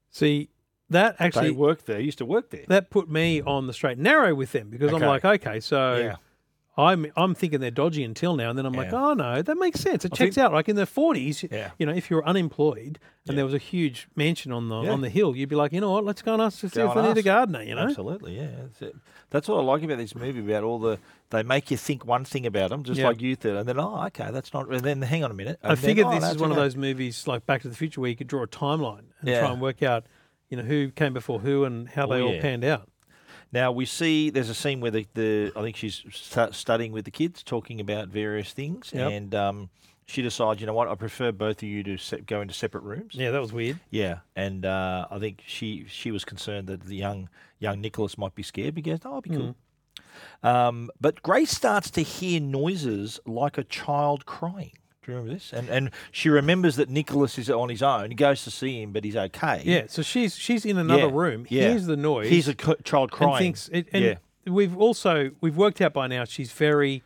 [SPEAKER 7] See, that actually
[SPEAKER 10] they worked there. Used to work there.
[SPEAKER 7] that put me on the straight and narrow with them because
[SPEAKER 10] Okay.
[SPEAKER 7] I'm like, okay, so
[SPEAKER 10] Yeah.
[SPEAKER 7] I'm I'm thinking they're dodgy until now, and then I'm like,
[SPEAKER 10] Yeah.
[SPEAKER 7] oh no, that makes sense. It
[SPEAKER 10] I
[SPEAKER 7] checks
[SPEAKER 10] think-
[SPEAKER 7] out. Like in the 40s,
[SPEAKER 10] Yeah.
[SPEAKER 7] you know, if you were unemployed and there was a huge mansion on the
[SPEAKER 10] Yeah.
[SPEAKER 7] on the hill, you'd be like, you know what, let's go and ask to see
[SPEAKER 10] Go
[SPEAKER 7] if
[SPEAKER 10] and
[SPEAKER 7] we need a
[SPEAKER 10] ask.
[SPEAKER 7] gardener. You know,
[SPEAKER 10] Absolutely, yeah. That's, it. That's what I like about this movie about all the they make you think one thing about them, just
[SPEAKER 7] Yeah.
[SPEAKER 10] like you did, and then oh, okay, that's not. And then hang on a minute.
[SPEAKER 7] I
[SPEAKER 10] and then,
[SPEAKER 7] figured
[SPEAKER 10] "Oh,
[SPEAKER 7] this is
[SPEAKER 10] that's
[SPEAKER 7] one
[SPEAKER 10] okay."
[SPEAKER 7] of those movies like Back to the Future where you could draw a timeline and
[SPEAKER 10] Yeah.
[SPEAKER 7] try and work out, you know, who came before who and how they
[SPEAKER 10] Oh,
[SPEAKER 7] all
[SPEAKER 10] yeah.
[SPEAKER 7] panned out.
[SPEAKER 10] Now we see there's a scene where the, the I think she's stu- studying with the kids, talking about various things,
[SPEAKER 7] Yep.
[SPEAKER 10] and um, she decides, you know what, I prefer both of you to se- go into separate rooms.
[SPEAKER 7] Yeah, that was weird.
[SPEAKER 10] Yeah, and uh, I think she she was concerned that the young young Nicholas might be scared. But he goes, "Oh, I'll be cool."
[SPEAKER 7] Mm.
[SPEAKER 10] Um, but Grace starts to hear noises like a child crying. Do you you remember this? And and she remembers that Nicholas is on his own. He goes to see him, but he's okay.
[SPEAKER 7] Yeah, so she's she's in another
[SPEAKER 10] Yeah,
[SPEAKER 7] room.
[SPEAKER 10] yeah.
[SPEAKER 7] Hears the noise.
[SPEAKER 10] Hears a co- child crying.
[SPEAKER 7] And thinks, it, and
[SPEAKER 10] Yeah.
[SPEAKER 7] we've also we've worked out by now she's very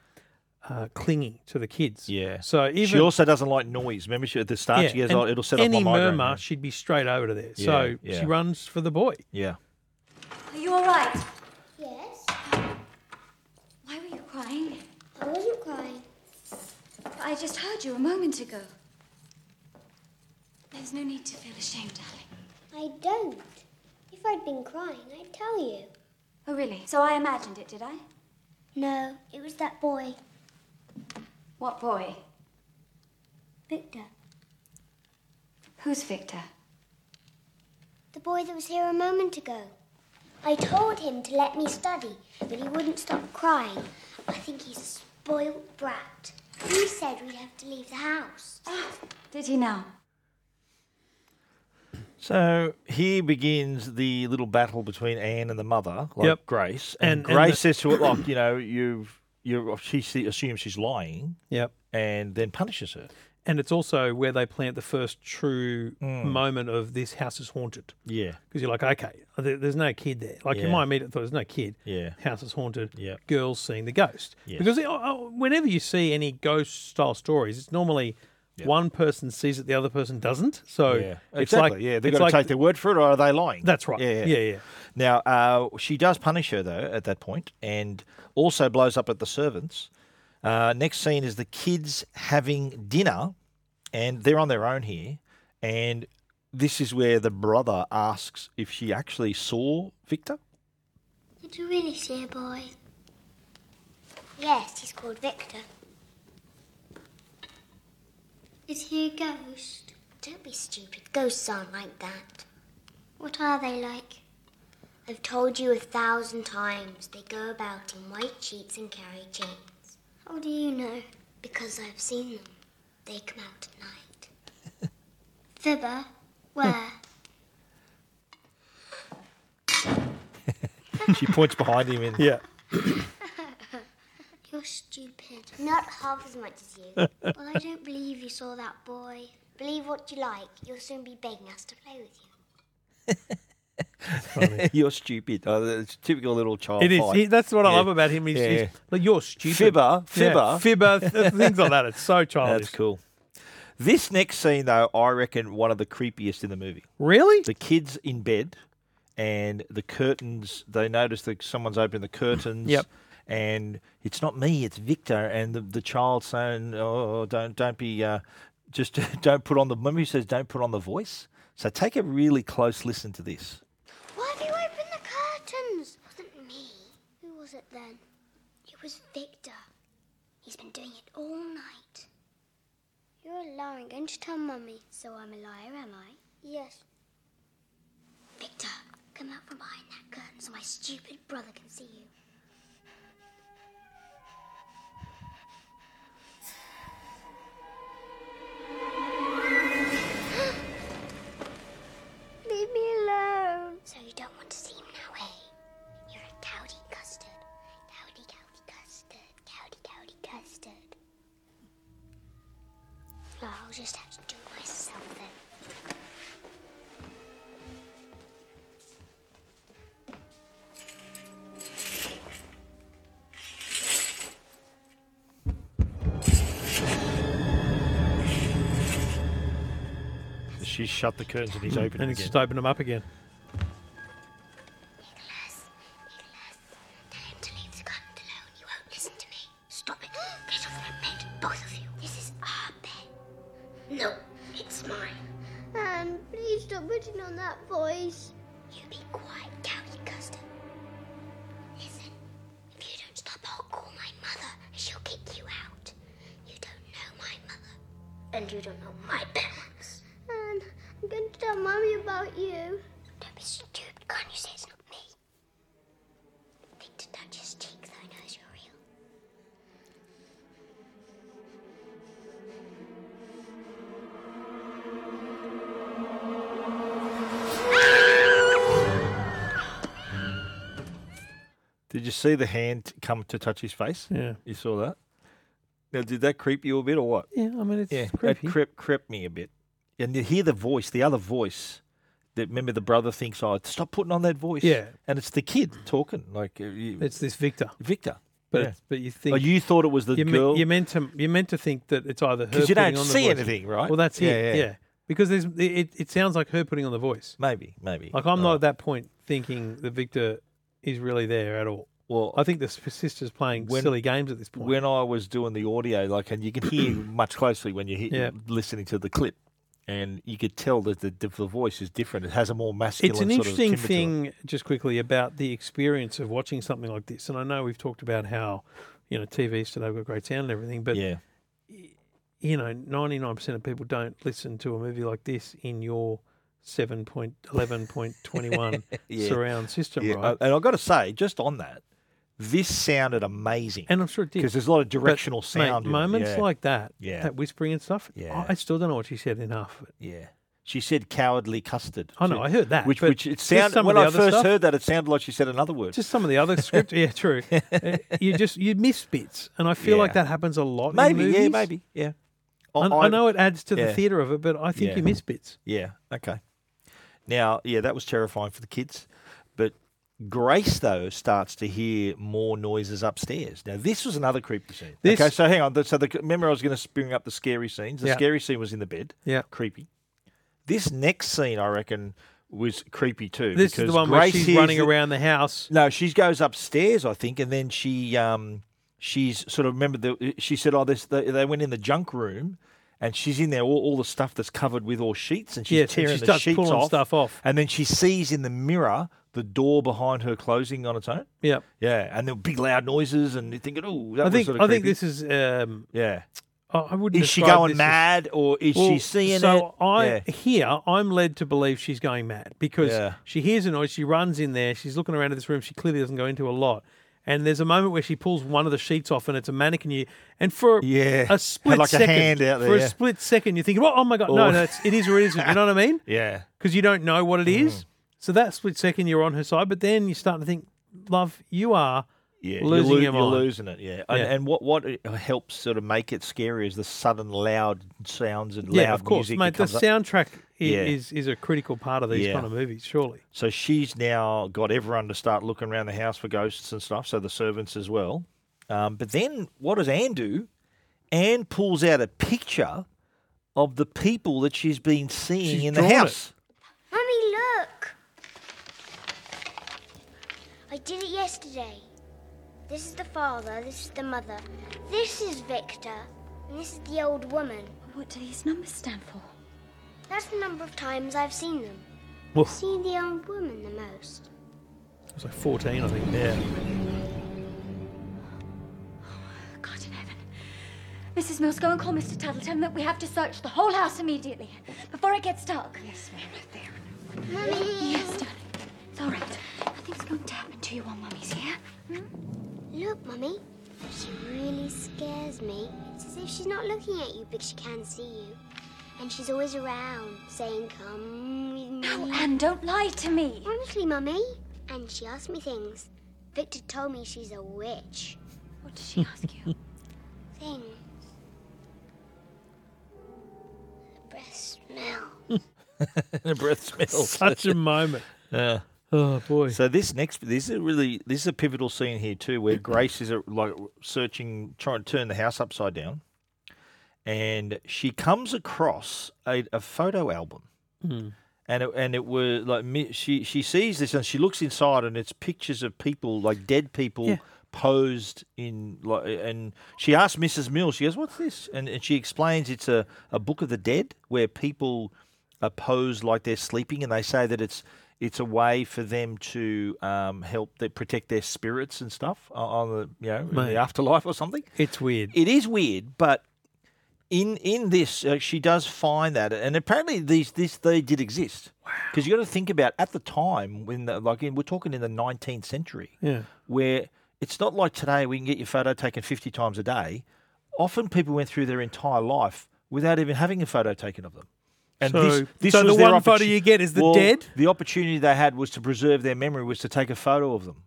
[SPEAKER 7] uh, clingy to the kids.
[SPEAKER 10] Yeah.
[SPEAKER 7] So even
[SPEAKER 10] she also doesn't like noise. Remember she, at the start
[SPEAKER 7] Yeah,
[SPEAKER 10] she goes,
[SPEAKER 7] and
[SPEAKER 10] "Oh, it'll set
[SPEAKER 7] any
[SPEAKER 10] off my migraine."
[SPEAKER 7] murmur, she'd be straight over to there.
[SPEAKER 10] Yeah,
[SPEAKER 7] so
[SPEAKER 10] yeah.
[SPEAKER 7] she runs for the boy.
[SPEAKER 10] Yeah.
[SPEAKER 11] Are you all right?
[SPEAKER 6] Yes?
[SPEAKER 11] Why were you crying?
[SPEAKER 6] I wasn't crying.
[SPEAKER 11] I just heard you a moment ago. There's no need to feel ashamed, darling.
[SPEAKER 6] I don't. If I'd been crying, I'd tell you.
[SPEAKER 11] Oh, really? So I imagined it, did I?
[SPEAKER 6] No, it was that boy,
[SPEAKER 11] What boy?
[SPEAKER 6] Victor.
[SPEAKER 11] Who's Victor?
[SPEAKER 6] The boy that was here a moment ago. I told him to let me study, but he wouldn't stop crying. I think he's a spoiled brat. He said we'd have to leave the house.
[SPEAKER 11] Did he now?
[SPEAKER 10] So here begins the little battle between Anne and the mother, like
[SPEAKER 7] Yep.
[SPEAKER 10] Grace. And,
[SPEAKER 7] And- and
[SPEAKER 10] Grace
[SPEAKER 7] the-
[SPEAKER 10] says to it, like, you know, you've, you she se- assumes she's lying
[SPEAKER 7] Yep.
[SPEAKER 10] and then punishes her.
[SPEAKER 7] And it's also where they plant the first true
[SPEAKER 10] Mm.
[SPEAKER 7] moment of this house is haunted.
[SPEAKER 10] Yeah.
[SPEAKER 7] Because you're like, okay, there- there's no kid there. Like
[SPEAKER 10] Yeah.
[SPEAKER 7] in my immediate thought, there's no kid.
[SPEAKER 10] Yeah.
[SPEAKER 7] House is haunted. Yeah. Girls seeing the ghost.
[SPEAKER 10] Yes.
[SPEAKER 7] Because uh, uh, whenever you see any ghost style stories, it's normally one person sees it, the other person doesn't. So
[SPEAKER 10] yeah.
[SPEAKER 7] it's
[SPEAKER 10] exactly.
[SPEAKER 7] like,
[SPEAKER 10] yeah, they've
[SPEAKER 7] it's
[SPEAKER 10] got to
[SPEAKER 7] like-
[SPEAKER 10] take their word for it, or are they lying?
[SPEAKER 7] That's right.
[SPEAKER 10] Yeah,
[SPEAKER 7] Yeah, yeah.
[SPEAKER 10] Now uh, she does punish her though at that point, and also blows up at the servants. Uh, next scene is the kids having dinner, and they're on their own here, and this is where the brother asks if she actually saw Victor.
[SPEAKER 6] Did you really see a boy? Yes, he's called Victor. Is he a ghost? Don't be stupid. Ghosts aren't like that. What are they like? I've told you a thousand times. They go about in white sheets and carry chains. How do you know? Because I've seen them. They come out at night. Fibber, where?
[SPEAKER 10] she points behind him, and yeah,
[SPEAKER 6] You're stupid. Not half as much as you. well, I don't believe you saw that boy. Believe what you like. You'll soon be begging us to play with you.
[SPEAKER 10] you're stupid. Oh, it's typical little child.
[SPEAKER 7] It is.
[SPEAKER 10] fight.
[SPEAKER 7] He, that's what I
[SPEAKER 10] Yeah.
[SPEAKER 7] love about him. Is,
[SPEAKER 10] Yeah.
[SPEAKER 7] is like you're stupid.
[SPEAKER 10] Fibber,
[SPEAKER 7] Yeah,
[SPEAKER 10] fibber,
[SPEAKER 7] fibber, th- things like that. It's so childish.
[SPEAKER 10] That's cool. This next scene, though, I reckon one of the creepiest in the movie.
[SPEAKER 7] Really?
[SPEAKER 10] The kids in bed, and the curtains. They notice that someone's opened the curtains.
[SPEAKER 7] Yep.
[SPEAKER 10] And it's not me. It's Victor. And the, the child saying, "Oh, don't don't be, uh, just don't put on the." Remember, he says, "Don't put on the voice." So take a really close listen to this.
[SPEAKER 6] Why have you opened the curtains? It wasn't me. Who was it then? It was Victor. He's been doing it all night. You're a liar and going to tell Mummy. So I'm a liar, am I? Yes. Victor, come out from behind that curtain so my stupid brother can see you. Leave me alone. So you don't want to see him now, eh? You're a dowdy custard. Dowdy, dowdy custard. Dowdy, dowdy custard. No, I'll just have to do it myself then.
[SPEAKER 10] She's shut the curtains and he's opened
[SPEAKER 7] and
[SPEAKER 10] it
[SPEAKER 7] he's
[SPEAKER 10] again.
[SPEAKER 7] just opened them up again.
[SPEAKER 6] You won't listen to me. Stop it. Get off that bed, both of you. This is our bed. No, it's mine. Um, please stop putting on that voice. You be quiet, Dowdy Custer. Listen, if you don't stop, I'll call my mother and she'll kick you out. You don't know my mother. And you don't know my parents. And I'm going to tell Mummy about you. Don't be stupid, can't you say it's not me? Victor touched his cheek, though I knows you're real.
[SPEAKER 10] Did you see the hand come to touch his face?
[SPEAKER 7] Yeah.
[SPEAKER 10] You saw that? Now, did that creep you a bit or what?
[SPEAKER 7] Yeah, I mean, it's
[SPEAKER 10] yeah,
[SPEAKER 7] creepy.
[SPEAKER 10] that crept crept me a bit. And you hear the voice, the other voice. That remember the brother thinks, "Oh, stop putting on that voice."
[SPEAKER 7] Yeah.
[SPEAKER 10] and it's the kid talking. Like uh, you,
[SPEAKER 7] It's this Victor.
[SPEAKER 10] Victor.
[SPEAKER 7] But
[SPEAKER 10] yeah.
[SPEAKER 7] it's- but you think
[SPEAKER 10] oh, you thought it was the
[SPEAKER 7] you me-
[SPEAKER 10] girl.
[SPEAKER 7] you meant to you meant to think that it's either her
[SPEAKER 10] 'Cause you don't
[SPEAKER 7] putting on the
[SPEAKER 10] see
[SPEAKER 7] voice.
[SPEAKER 10] anything, right?
[SPEAKER 7] Well, that's
[SPEAKER 10] Yeah,
[SPEAKER 7] it.
[SPEAKER 10] yeah.
[SPEAKER 7] Yeah. Because there's it, it- it sounds like her putting on the voice.
[SPEAKER 10] Maybe, maybe.
[SPEAKER 7] Like I'm not at that point thinking that Victor is really there at all.
[SPEAKER 10] Well,
[SPEAKER 7] I think the s- sister's playing
[SPEAKER 10] when-
[SPEAKER 7] silly games at this point.
[SPEAKER 10] When I was doing the audio, like, and you can hear much closely when you're he-
[SPEAKER 7] Yeah.
[SPEAKER 10] listening to the clip, and you could tell that the, the, the voice is different. It has a more masculine.
[SPEAKER 7] It's an
[SPEAKER 10] sort of
[SPEAKER 7] interesting
[SPEAKER 10] timbre to it.
[SPEAKER 7] thing, just quickly, about the experience of watching something like this. And I know we've talked about how, you know, TVs today have got great sound and everything, but,
[SPEAKER 10] Yeah.
[SPEAKER 7] y- you know, 99% of people don't listen to a movie like this in your 7.11.21
[SPEAKER 10] Yeah.
[SPEAKER 7] surround system,
[SPEAKER 10] Yeah.
[SPEAKER 7] right?
[SPEAKER 10] Uh, And I've got to say, just on that, this sounded amazing.
[SPEAKER 7] And I'm sure it did.
[SPEAKER 10] Because there's a lot of
[SPEAKER 7] But,
[SPEAKER 10] directional
[SPEAKER 7] mate,
[SPEAKER 10] sound. in it.
[SPEAKER 7] moments
[SPEAKER 10] Yeah.
[SPEAKER 7] like that,
[SPEAKER 10] Yeah.
[SPEAKER 7] that whispering and stuff,
[SPEAKER 10] Yeah.
[SPEAKER 7] I, I still don't know what she said in half of it.
[SPEAKER 10] Yeah. She said cowardly custard.
[SPEAKER 7] I know,
[SPEAKER 10] She-
[SPEAKER 7] I heard that,
[SPEAKER 10] Which,
[SPEAKER 7] but
[SPEAKER 10] which it
[SPEAKER 7] just
[SPEAKER 10] sounded,
[SPEAKER 7] some of
[SPEAKER 10] when
[SPEAKER 7] the
[SPEAKER 10] I
[SPEAKER 7] other
[SPEAKER 10] first
[SPEAKER 7] stuff-
[SPEAKER 10] heard that, it sounded like she said another word.
[SPEAKER 7] Just some of the other script, yeah, true. Uh, you just you miss bits, and I feel like
[SPEAKER 10] Yeah.
[SPEAKER 7] that happens a lot. in
[SPEAKER 10] Maybe, yeah,
[SPEAKER 7] movies.
[SPEAKER 10] maybe, yeah.
[SPEAKER 7] I,
[SPEAKER 10] I-
[SPEAKER 7] I know it adds to
[SPEAKER 10] yeah.
[SPEAKER 7] the theatre of it, but I think
[SPEAKER 10] Yeah.
[SPEAKER 7] you miss bits.
[SPEAKER 10] Yeah. Okay. Now, yeah, that was terrifying for the kids, but Grace though starts to hear more noises upstairs. Now, this was another creepy scene.
[SPEAKER 7] This-
[SPEAKER 10] okay, so hang on. So the remember I was going to bring up the scary scenes. The
[SPEAKER 7] Yeah.
[SPEAKER 10] scary scene was in the bed.
[SPEAKER 7] Yeah.
[SPEAKER 10] Creepy. This next scene, I reckon, was creepy too.
[SPEAKER 7] This is the
[SPEAKER 10] because
[SPEAKER 7] one where
[SPEAKER 10] Grace
[SPEAKER 7] she's
[SPEAKER 10] hears
[SPEAKER 7] running
[SPEAKER 10] it-
[SPEAKER 7] around the house.
[SPEAKER 10] No, she goes upstairs, I think, and then she um she's sort of remember the she said, "Oh, this they, they went in the junk room." And she's in there, all, all the stuff that's covered with all sheets, and she's
[SPEAKER 7] Yes, and
[SPEAKER 10] tearing
[SPEAKER 7] she
[SPEAKER 10] the
[SPEAKER 7] starts
[SPEAKER 10] sheets
[SPEAKER 7] pulling
[SPEAKER 10] off,
[SPEAKER 7] stuff off.
[SPEAKER 10] And then she sees in the mirror the door behind her closing on its own.
[SPEAKER 7] Yep.
[SPEAKER 10] Yeah, and there were big loud noises, and you're thinking, "Oh, that
[SPEAKER 7] I
[SPEAKER 10] was
[SPEAKER 7] think
[SPEAKER 10] sort of
[SPEAKER 7] I think
[SPEAKER 10] creepy."
[SPEAKER 7] this is um,
[SPEAKER 10] yeah.
[SPEAKER 7] I I wouldn't.
[SPEAKER 10] Is she
[SPEAKER 7] describe
[SPEAKER 10] going
[SPEAKER 7] this as-
[SPEAKER 10] mad, or is she
[SPEAKER 7] Well,
[SPEAKER 10] seeing
[SPEAKER 7] so
[SPEAKER 10] it?
[SPEAKER 7] I
[SPEAKER 10] Yeah.
[SPEAKER 7] here I'm led to believe she's going mad because
[SPEAKER 10] Yeah.
[SPEAKER 7] she hears a noise. She runs in there. She's looking around at this room. She clearly doesn't go into a lot. And there's a moment where she pulls one of the sheets off, and it's a mannequin. You and for
[SPEAKER 10] Yeah.
[SPEAKER 7] a split
[SPEAKER 10] Like a
[SPEAKER 7] second,
[SPEAKER 10] hand out there,
[SPEAKER 7] for
[SPEAKER 10] yeah.
[SPEAKER 7] a split second, you're thinking, "Oh, oh my god,
[SPEAKER 10] Or-
[SPEAKER 7] no, no, it's, it is or it isn't." You know what I mean?
[SPEAKER 10] Yeah.
[SPEAKER 7] Because you don't know what it is.
[SPEAKER 10] Mm.
[SPEAKER 7] So that split second, you're on her side, but then you start to think, "Love, you are
[SPEAKER 10] Yeah,
[SPEAKER 7] losing
[SPEAKER 10] you're, lo-
[SPEAKER 7] your mind.
[SPEAKER 10] You're losing it, yeah. And,
[SPEAKER 7] Yeah.
[SPEAKER 10] and what what it helps sort of make it scary is the sudden loud sounds and
[SPEAKER 7] yeah,
[SPEAKER 10] loud
[SPEAKER 7] of course,
[SPEAKER 10] music. that
[SPEAKER 7] mate. The
[SPEAKER 10] comes up.
[SPEAKER 7] soundtrack i-
[SPEAKER 10] Yeah.
[SPEAKER 7] is is a critical part of these
[SPEAKER 10] Yeah.
[SPEAKER 7] kind of movies, surely.
[SPEAKER 10] So she's now got everyone to start looking around the house for ghosts and stuff. So the servants as well. Um, but then what does Anne do? Anne pulls out a picture of the people that she's been seeing
[SPEAKER 7] She's
[SPEAKER 10] in the
[SPEAKER 7] drawn it.
[SPEAKER 10] house.
[SPEAKER 6] Mummy, look! I did it yesterday. This is the father, this is the mother, this is Victor, and this is the old woman.
[SPEAKER 11] What do these numbers stand for?
[SPEAKER 6] That's the number of times I've seen them.
[SPEAKER 7] Woof.
[SPEAKER 6] I've seen the old woman the most.
[SPEAKER 7] It was like 14, I think.
[SPEAKER 10] Yeah.
[SPEAKER 11] God in heaven. Mrs. Mills, go and call Mr. Tuttle. Tell him that we have to search the whole house immediately before it gets dark. Yes, ma'am. Right there.
[SPEAKER 6] Mummy!
[SPEAKER 11] Yes, darling. It's all right. Nothing's going to happen to you while Mummy's here.
[SPEAKER 6] Hmm? Look, Mummy. She really scares me. It's as if she's not looking at you, but she can see you. And she's always around, saying, Come with
[SPEAKER 11] No,
[SPEAKER 6] me.
[SPEAKER 11] Anne, don't lie to me.
[SPEAKER 6] Honestly, Mummy. And she asked me things. Victor told me she's a witch.
[SPEAKER 11] What did she ask you?
[SPEAKER 6] Thing. The breath smell.
[SPEAKER 10] the breath smells.
[SPEAKER 7] Such a moment.
[SPEAKER 10] Yeah.
[SPEAKER 7] Oh boy.
[SPEAKER 10] So this next, this is a really, this is a pivotal scene here too, where Grace is uh, like searching, trying to turn the house upside down, and she comes across a, a photo album, and it, and it was like mi- she she sees this and she looks inside and it's pictures of people like dead people.
[SPEAKER 7] Yeah.
[SPEAKER 10] Posed in like, and she asks Mrs. Mills. She goes, "What's this?" And, and she explains it's a, a book of the dead where people are posed like they're sleeping, and they say that it's it's a way for them to um, help that protect their spirits and stuff o- on the you know in
[SPEAKER 7] Mate.
[SPEAKER 10] the afterlife or something.
[SPEAKER 7] It's weird.
[SPEAKER 10] It is weird, but in in this uh, she does find that, and apparently these this they did exist. Because you got to think about at the time when the, like in, we're talking in the nineteenth century,
[SPEAKER 7] Yeah.
[SPEAKER 10] where it's not like today we can get your photo taken fifty times a day. Often people went through their entire life without even having a photo taken of them. And
[SPEAKER 7] So-
[SPEAKER 10] this, this
[SPEAKER 7] so the
[SPEAKER 10] was their
[SPEAKER 7] one photo
[SPEAKER 10] opportu-
[SPEAKER 7] you get is the
[SPEAKER 10] Well,
[SPEAKER 7] dead?
[SPEAKER 10] The opportunity they had was to preserve their memory was to take a photo of them.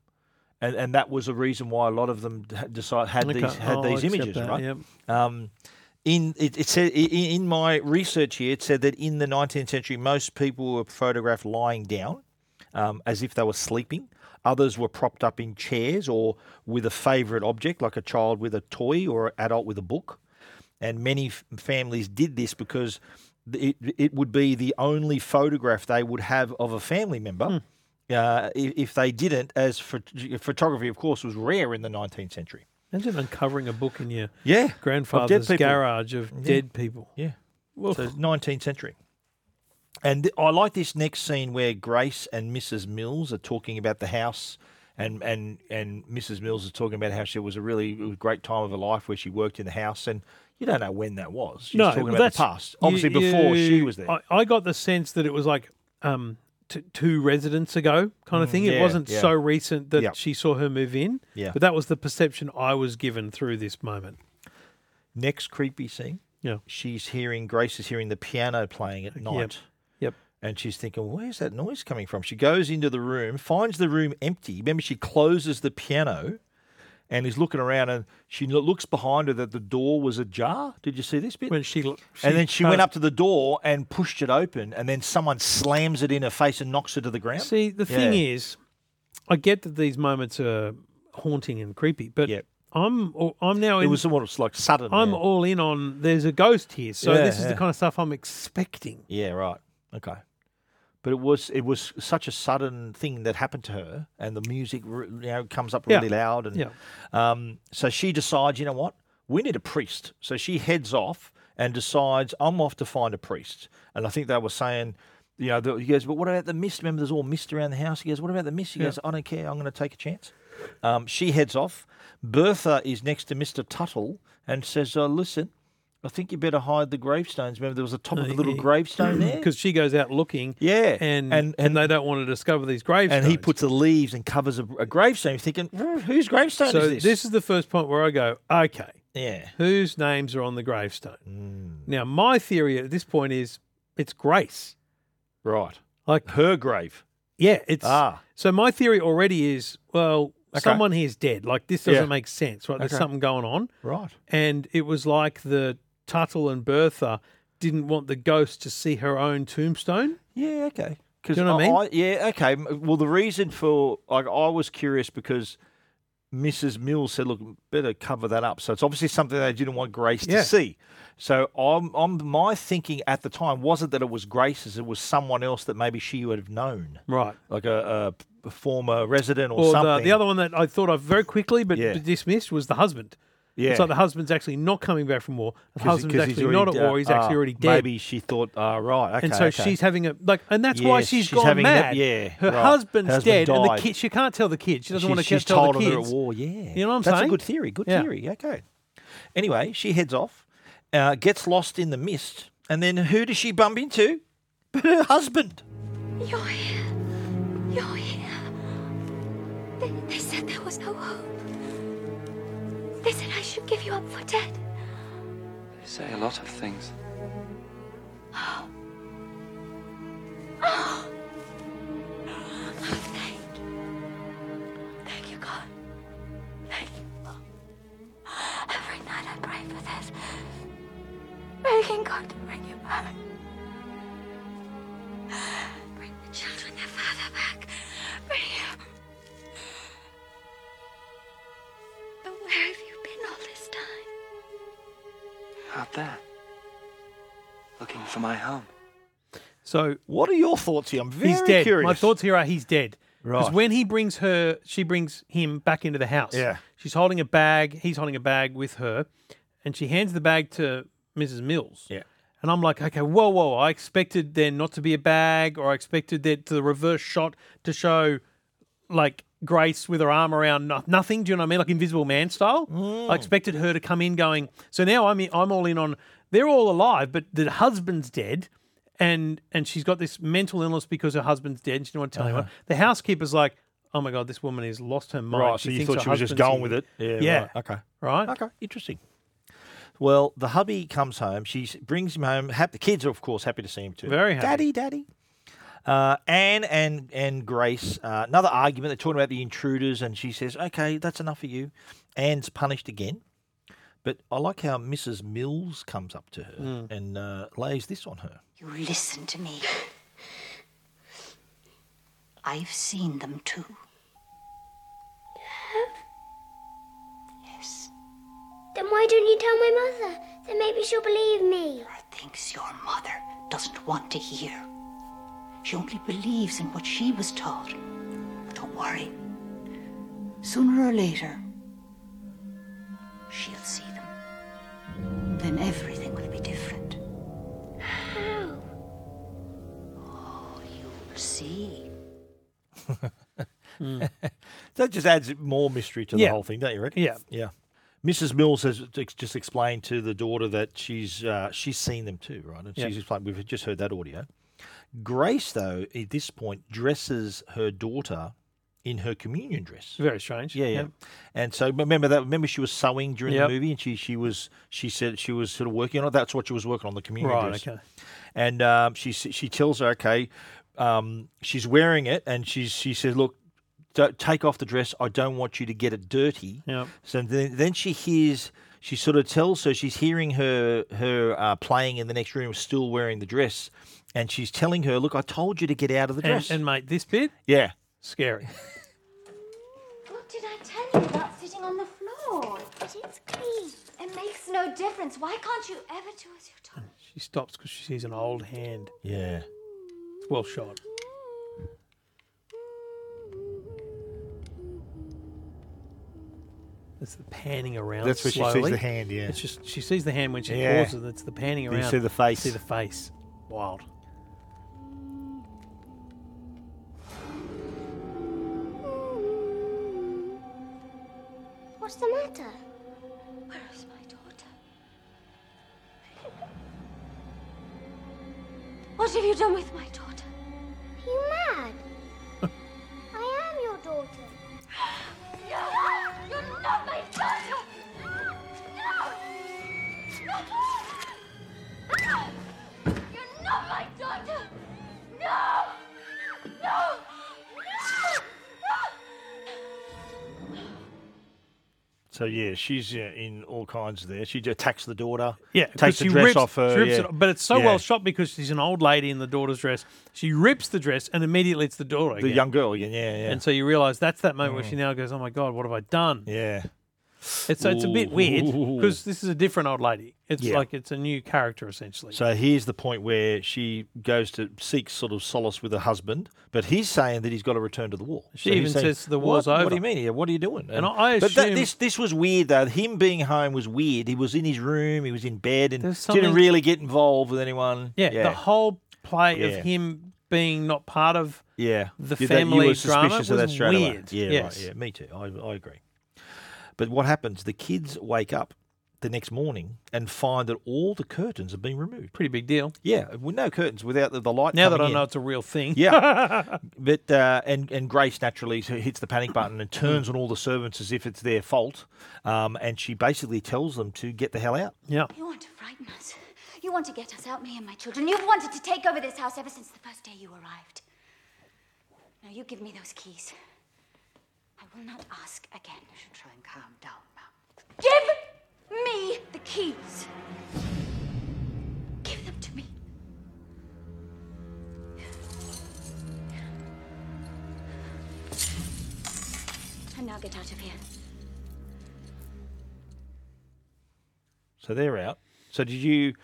[SPEAKER 10] and and that was a reason why a lot of them d- decide had
[SPEAKER 7] Okay.
[SPEAKER 10] these had
[SPEAKER 7] Oh, I
[SPEAKER 10] these
[SPEAKER 7] accept
[SPEAKER 10] images,
[SPEAKER 7] that,
[SPEAKER 10] right?
[SPEAKER 7] yep.
[SPEAKER 10] Um, in it, it said i- i- in my research here, it said that in the 19th century, most people were photographed lying down, um, as if they were sleeping. Others were propped up in chairs or with a favourite object, like a child with a toy or an adult with a book. And many f- families did this because th- it, it would be the only photograph they would have of a family member. Uh, if, if they didn't, as phot- photography, of course, was rare in the 19th century.
[SPEAKER 7] Imagine uncovering a book in your
[SPEAKER 10] Yeah, of dead
[SPEAKER 7] grandfather's
[SPEAKER 10] people.
[SPEAKER 7] garage of
[SPEAKER 10] Yeah.
[SPEAKER 7] dead people.
[SPEAKER 10] Yeah.
[SPEAKER 7] Well,
[SPEAKER 10] So 19th century. And th- I like this next scene where Grace and Mrs. Mills are talking about the house, and and and Mrs. Mills is talking about how she was a really it was a great time of her life where she worked in the house, and you don't know when that was. She's talking
[SPEAKER 7] well,
[SPEAKER 10] about the
[SPEAKER 7] that's-
[SPEAKER 10] past,
[SPEAKER 7] you-
[SPEAKER 10] obviously before she
[SPEAKER 7] you-
[SPEAKER 10] was there.
[SPEAKER 7] I, I got the sense that it was like um, t- two residents ago kind of
[SPEAKER 10] Mm,
[SPEAKER 7] thing.
[SPEAKER 10] yeah,
[SPEAKER 7] it wasn't
[SPEAKER 10] yeah.
[SPEAKER 7] so recent that
[SPEAKER 10] Yep.
[SPEAKER 7] she saw her move in.
[SPEAKER 10] Yeah.
[SPEAKER 7] But that was the perception I was given through this moment.
[SPEAKER 10] Next creepy scene.
[SPEAKER 7] Yeah.
[SPEAKER 10] She's hearing Grace is hearing the piano playing at night.
[SPEAKER 7] Yep.
[SPEAKER 10] And she's thinking, where's that noise coming from? She goes into the room, finds the room empty. Remember, she closes the piano and is looking around and she lo- looks behind her that the door was ajar. Did you see this bit?
[SPEAKER 7] When she,
[SPEAKER 10] and then she went
[SPEAKER 7] uh,
[SPEAKER 10] up to the door and pushed it open, and then someone slams it in her face and knocks her to the ground.
[SPEAKER 7] See, the thing
[SPEAKER 10] Yeah.
[SPEAKER 7] is, I get that these moments are haunting and creepy, but I'm all- I'm now
[SPEAKER 10] It
[SPEAKER 7] in,
[SPEAKER 10] was sort of like sudden,
[SPEAKER 7] I'm
[SPEAKER 10] yeah.
[SPEAKER 7] all in on there's a ghost here, so
[SPEAKER 10] Yeah,
[SPEAKER 7] this is
[SPEAKER 10] yeah.
[SPEAKER 7] the kind of stuff I'm expecting.
[SPEAKER 10] Yeah, right. Okay. But it was it was such a sudden thing that happened to her, and the music re- you know comes up
[SPEAKER 7] Yeah.
[SPEAKER 10] really loud, and
[SPEAKER 7] Yeah.
[SPEAKER 10] um, so she decides, you know what, we need a priest. So she heads off and decides, I'm off to find a priest. And I think they were saying, you know, the, he goes, but what about the mist? Remember, there's all mist around the house. He goes, what about the mist? He
[SPEAKER 7] Yeah.
[SPEAKER 10] goes, I don't care. I'm going to take a chance. Um, she heads off. Bertha is next to Mister Tuttle and says, oh, listen. I think you better hide the gravestones. Remember, there was a top of a little gravestone there.
[SPEAKER 7] because she goes out looking.
[SPEAKER 10] Yeah,
[SPEAKER 7] Uh, and
[SPEAKER 10] and-
[SPEAKER 7] and, they don't want to discover these gravestones.
[SPEAKER 10] and he puts the leaves and covers a, a gravestone. You're thinking, "Hmm, whose gravestone
[SPEAKER 7] so
[SPEAKER 10] is this?
[SPEAKER 7] is the first point where I go, okay,
[SPEAKER 10] yeah,
[SPEAKER 7] whose names are on the gravestone?
[SPEAKER 10] Mm.
[SPEAKER 7] Now my theory at this point is it's Grace,
[SPEAKER 10] right.
[SPEAKER 7] like
[SPEAKER 10] her grave.
[SPEAKER 7] Yeah, it's
[SPEAKER 10] Ah.
[SPEAKER 7] So my theory already is well,
[SPEAKER 10] Okay.
[SPEAKER 7] someone here's dead. Like this doesn't
[SPEAKER 10] Yeah.
[SPEAKER 7] make sense, right? There's
[SPEAKER 10] Okay.
[SPEAKER 7] something going on,
[SPEAKER 10] Right.
[SPEAKER 7] And it was like the Tuttle and Bertha didn't want the ghost to see her own tombstone.
[SPEAKER 10] Yeah, okay.
[SPEAKER 7] Do you know what I mean?
[SPEAKER 10] yeah, okay. M- Well, the reason for like I was curious because Mrs. Mills said, "Look, better cover that up." So it's obviously something they didn't want Grace
[SPEAKER 7] Yeah.
[SPEAKER 10] to see. So I'm, I'm, my thinking at the time wasn't that it was Grace's; it was someone else that maybe she would have known,
[SPEAKER 7] Right.
[SPEAKER 10] Like a, a p- former resident or,
[SPEAKER 7] or
[SPEAKER 10] something.
[SPEAKER 7] the, the other one that I thought of very quickly but
[SPEAKER 10] Yeah.
[SPEAKER 7] but dismissed was the husband.
[SPEAKER 10] Yeah.
[SPEAKER 7] So the husband's actually not coming back from war. The
[SPEAKER 10] 'Cause-
[SPEAKER 7] husband's
[SPEAKER 10] 'cause he's
[SPEAKER 7] actually
[SPEAKER 10] already
[SPEAKER 7] not at
[SPEAKER 10] d-
[SPEAKER 7] war. He's
[SPEAKER 10] ah,
[SPEAKER 7] actually already dead.
[SPEAKER 10] Maybe she thought, ah, right, okay.
[SPEAKER 7] and so
[SPEAKER 10] okay.
[SPEAKER 7] she's having a like, and that's why
[SPEAKER 10] Yes,
[SPEAKER 7] she's,
[SPEAKER 10] she's
[SPEAKER 7] gone
[SPEAKER 10] having that-
[SPEAKER 7] mad.
[SPEAKER 10] yeah,
[SPEAKER 7] her
[SPEAKER 10] right. Her
[SPEAKER 7] husband's
[SPEAKER 10] husband
[SPEAKER 7] dead, and
[SPEAKER 10] died.
[SPEAKER 7] the kid she can't tell the kid. She doesn't
[SPEAKER 10] She's-
[SPEAKER 7] want to
[SPEAKER 10] she's
[SPEAKER 7] tell
[SPEAKER 10] told
[SPEAKER 7] the
[SPEAKER 10] on
[SPEAKER 7] kids.
[SPEAKER 10] her at war. Yeah,
[SPEAKER 7] you know what I'm
[SPEAKER 10] That's
[SPEAKER 7] saying?
[SPEAKER 10] a good theory. Good
[SPEAKER 7] Yeah.
[SPEAKER 10] theory. Okay. Anyway, she heads off, uh, gets lost in the mist, and then who does she bump into? But her husband.
[SPEAKER 6] You're here. You're here. They, they said there was no hope. They said I should give you up for dead.
[SPEAKER 4] They say a lot of things.
[SPEAKER 6] Oh. Oh, thank you. Thank you, God. Thank you. Every night I pray for this. Begging God to bring you back. Bring the children, their father back. Bring him. But where have you been all this time?
[SPEAKER 4] Out there. Looking for my home.
[SPEAKER 7] So
[SPEAKER 10] what are your thoughts here? I'm very
[SPEAKER 7] he's dead. My
[SPEAKER 10] curious.
[SPEAKER 7] thoughts here are he's dead. Because
[SPEAKER 10] Right.
[SPEAKER 7] when he brings her, she brings him back into the house.
[SPEAKER 10] Yeah.
[SPEAKER 7] She's holding a bag. He's holding a bag with her, and she hands the bag to Mrs. Mills.
[SPEAKER 10] Yeah.
[SPEAKER 7] And I'm like, okay, whoa, whoa. I expected there not to be a bag, or I expected that the reverse shot to show like Grace with her arm around no- nothing. Do you know what I mean? Like Invisible Man style.
[SPEAKER 10] Mm.
[SPEAKER 7] I expected her to come in going. So now I'm in, I'm all in on. They're all alive, but the husband's dead, and and she's got this mental illness because her husbandand's dead. And she didn't want to tell
[SPEAKER 10] Uh-huh.
[SPEAKER 7] anyone. The housekeeper's like, oh my god, this woman has lost her mind.
[SPEAKER 10] Right, so
[SPEAKER 7] She
[SPEAKER 10] you
[SPEAKER 7] thinks
[SPEAKER 10] thought
[SPEAKER 7] her
[SPEAKER 10] she was just
[SPEAKER 7] husband's
[SPEAKER 10] going
[SPEAKER 7] in-
[SPEAKER 10] with it. Yeah,
[SPEAKER 7] Yeah.
[SPEAKER 10] right, okay.
[SPEAKER 7] Right.
[SPEAKER 10] Okay. Interesting. Well, the hubby comes home. She s- brings him home. Hap- the kids are, of course, happy to see him too.
[SPEAKER 7] Very happy.
[SPEAKER 10] Daddy, daddy. Uh, Anne and and Grace, uh, another argument. They're talking about the intruders, and she says, "Okay, that's enough for you." Anne's punished again, but I like how Mrs. Mills comes up to her
[SPEAKER 12] Mm.
[SPEAKER 10] and uh, lays this on her.
[SPEAKER 12] You listen to me. I've seen them too. Yes.
[SPEAKER 6] Then why don't you tell my mother? Then maybe she'll believe me.
[SPEAKER 12] Thinks your mother doesn't want to hear. She only believes in what she was told. But don't worry. Sooner or later, she'll see them. Then everything will be different.
[SPEAKER 6] How?
[SPEAKER 12] You'll see.
[SPEAKER 10] that just adds more mystery to
[SPEAKER 7] Yeah.
[SPEAKER 10] the whole thing, don't you reckon?
[SPEAKER 7] Yeah.
[SPEAKER 10] yeah. Mrs. Mills has ex- just explained to the daughter that she's uh, she's seen them too, right? And
[SPEAKER 7] Yeah.
[SPEAKER 10] she's explained. We've just heard that audio. Grace, though, at this point, dresses her daughter in her communion dress.
[SPEAKER 7] Very strange.
[SPEAKER 10] Yeah, yeah.
[SPEAKER 7] Yeah.
[SPEAKER 10] And so remember that. Remember she was sewing during
[SPEAKER 7] Yep.
[SPEAKER 10] the movie, and she she was she said she was sort of working on it. That's what she was working on the communion
[SPEAKER 7] Right,
[SPEAKER 10] dress.
[SPEAKER 7] okay.
[SPEAKER 10] And um, she s- she tells her, okay, um, she's wearing it, and she's she says, look. Don't take off the dress. I don't want you to get it dirty.
[SPEAKER 7] Yep.
[SPEAKER 10] So then, then she hears, she sort of tells her she's hearing her her uh, playing in the next room, still wearing the dress, and she's telling her, "Look, I told you to get out of the
[SPEAKER 7] And-
[SPEAKER 10] dress."
[SPEAKER 7] and mate, this bit,
[SPEAKER 10] yeah,
[SPEAKER 7] scary.
[SPEAKER 11] What did I tell you about sitting on the floor?
[SPEAKER 6] But it's clean.
[SPEAKER 11] It makes no difference. Why can't you ever do as you're told?
[SPEAKER 7] She stops because she sees an old hand.
[SPEAKER 10] yeah.
[SPEAKER 7] It's well shot. It's the panning around.
[SPEAKER 10] That's where she sees
[SPEAKER 7] slowly.
[SPEAKER 10] the hand, yeah.
[SPEAKER 7] It's just she sees the hand when she
[SPEAKER 10] Yeah.
[SPEAKER 7] pauses. It's the panning
[SPEAKER 10] Then
[SPEAKER 7] around.
[SPEAKER 10] you see the face.
[SPEAKER 7] See the face. Wild.
[SPEAKER 6] What's the matter?
[SPEAKER 11] Where is my daughter? What have you done with my daughter?
[SPEAKER 6] Are you mad? I am your daughter.
[SPEAKER 11] You're not my daughter! You're not my daughter! No! No!
[SPEAKER 10] So yeah, she's uh, in all kinds there. She j- attacks the daughter.
[SPEAKER 7] Yeah, 'cause
[SPEAKER 10] takes the
[SPEAKER 7] she
[SPEAKER 10] dress
[SPEAKER 7] rips-
[SPEAKER 10] off her.
[SPEAKER 7] she rips
[SPEAKER 10] yeah.
[SPEAKER 7] it off- but it's so
[SPEAKER 10] Yeah.
[SPEAKER 7] well shot because she's an old lady in the daughter's dress. She rips the dress, and immediately it's the daughter.
[SPEAKER 10] The
[SPEAKER 7] again.
[SPEAKER 10] young girl again. Yeah, yeah.
[SPEAKER 7] And so you realise that's that moment where she
[SPEAKER 10] Mm.
[SPEAKER 7] now goes, "Oh my god, what have I done?"
[SPEAKER 10] Yeah.
[SPEAKER 7] It's it's a bit weird because this is a different old lady. It's
[SPEAKER 10] Yeah.
[SPEAKER 7] like it's a new character essentially.
[SPEAKER 10] so here's the point where she goes to seek sort of solace with her husband, but he's saying that he's got to return to the war.
[SPEAKER 7] She
[SPEAKER 10] So he's
[SPEAKER 7] even
[SPEAKER 10] saying,
[SPEAKER 7] says the war's
[SPEAKER 10] what,
[SPEAKER 7] over.
[SPEAKER 10] What do you mean? here? What are you doing?
[SPEAKER 7] And I
[SPEAKER 10] but that,
[SPEAKER 7] assume-
[SPEAKER 10] this this was weird though. Him being home was weird. He was in his room. He was in bed and
[SPEAKER 7] There's
[SPEAKER 10] didn't
[SPEAKER 7] something-
[SPEAKER 10] really get involved with anyone.
[SPEAKER 7] Yeah, the whole play
[SPEAKER 10] Yeah.
[SPEAKER 7] of him being not part of
[SPEAKER 10] Yeah, Yeah,
[SPEAKER 7] the
[SPEAKER 10] that-
[SPEAKER 7] family
[SPEAKER 10] you were
[SPEAKER 7] drama
[SPEAKER 10] suspicious
[SPEAKER 7] was
[SPEAKER 10] of that straight away.
[SPEAKER 7] weird.
[SPEAKER 10] Yeah,
[SPEAKER 7] yes.
[SPEAKER 10] right, yeah, me too. I, I agree. But what happens? The kids wake up the next morning and find that all the curtains have been removed.
[SPEAKER 7] Pretty big deal.
[SPEAKER 10] Yeah, with no curtains, without the, the light.
[SPEAKER 7] Now that
[SPEAKER 10] coming
[SPEAKER 7] I know
[SPEAKER 10] in.
[SPEAKER 7] it's a real thing.
[SPEAKER 10] Yeah, but uh, and and Grace naturally so hits the panic button and turns on all the servants as if it's their fault, um, and she basically tells them to get the hell out.
[SPEAKER 7] Yeah,
[SPEAKER 11] You want to frighten us. You want to get us out, me and my children. You've wanted to take over this house ever since the first day you arrived. Now you give me those keys. I will not ask again. You should try and calm down, ma'am. Give me the keys. Give them to me. And now get out of here.
[SPEAKER 10] So they're out. So did you?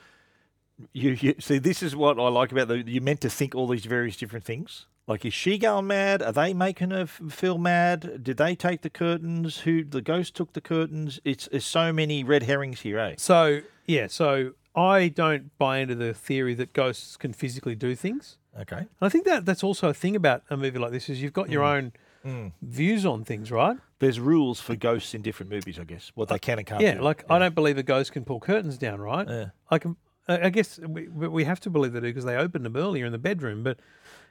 [SPEAKER 10] You, you see, this is what I like about the. You meant to think all these various different things. Like, is she going mad? Are they making her f- feel mad? Did they take the curtains? Who the ghost took the curtains? It's, it's so many red herrings here, eh?
[SPEAKER 7] So yeah, so I don't buy into the theory that ghosts can physically do things.
[SPEAKER 10] Okay.
[SPEAKER 7] And I think that that's also a thing about a movie like this is you've got your
[SPEAKER 10] Mm.
[SPEAKER 7] own
[SPEAKER 10] Mm.
[SPEAKER 7] views on things, right?
[SPEAKER 10] There's rules for ghosts in different movies, I guess. What they can and can't
[SPEAKER 7] yeah,
[SPEAKER 10] do.
[SPEAKER 7] like I don't believe a ghost can pull curtains down, right?
[SPEAKER 10] Yeah.
[SPEAKER 7] I can. I I guess we, we we have to believe they do because they opened them earlier in the bedroom. But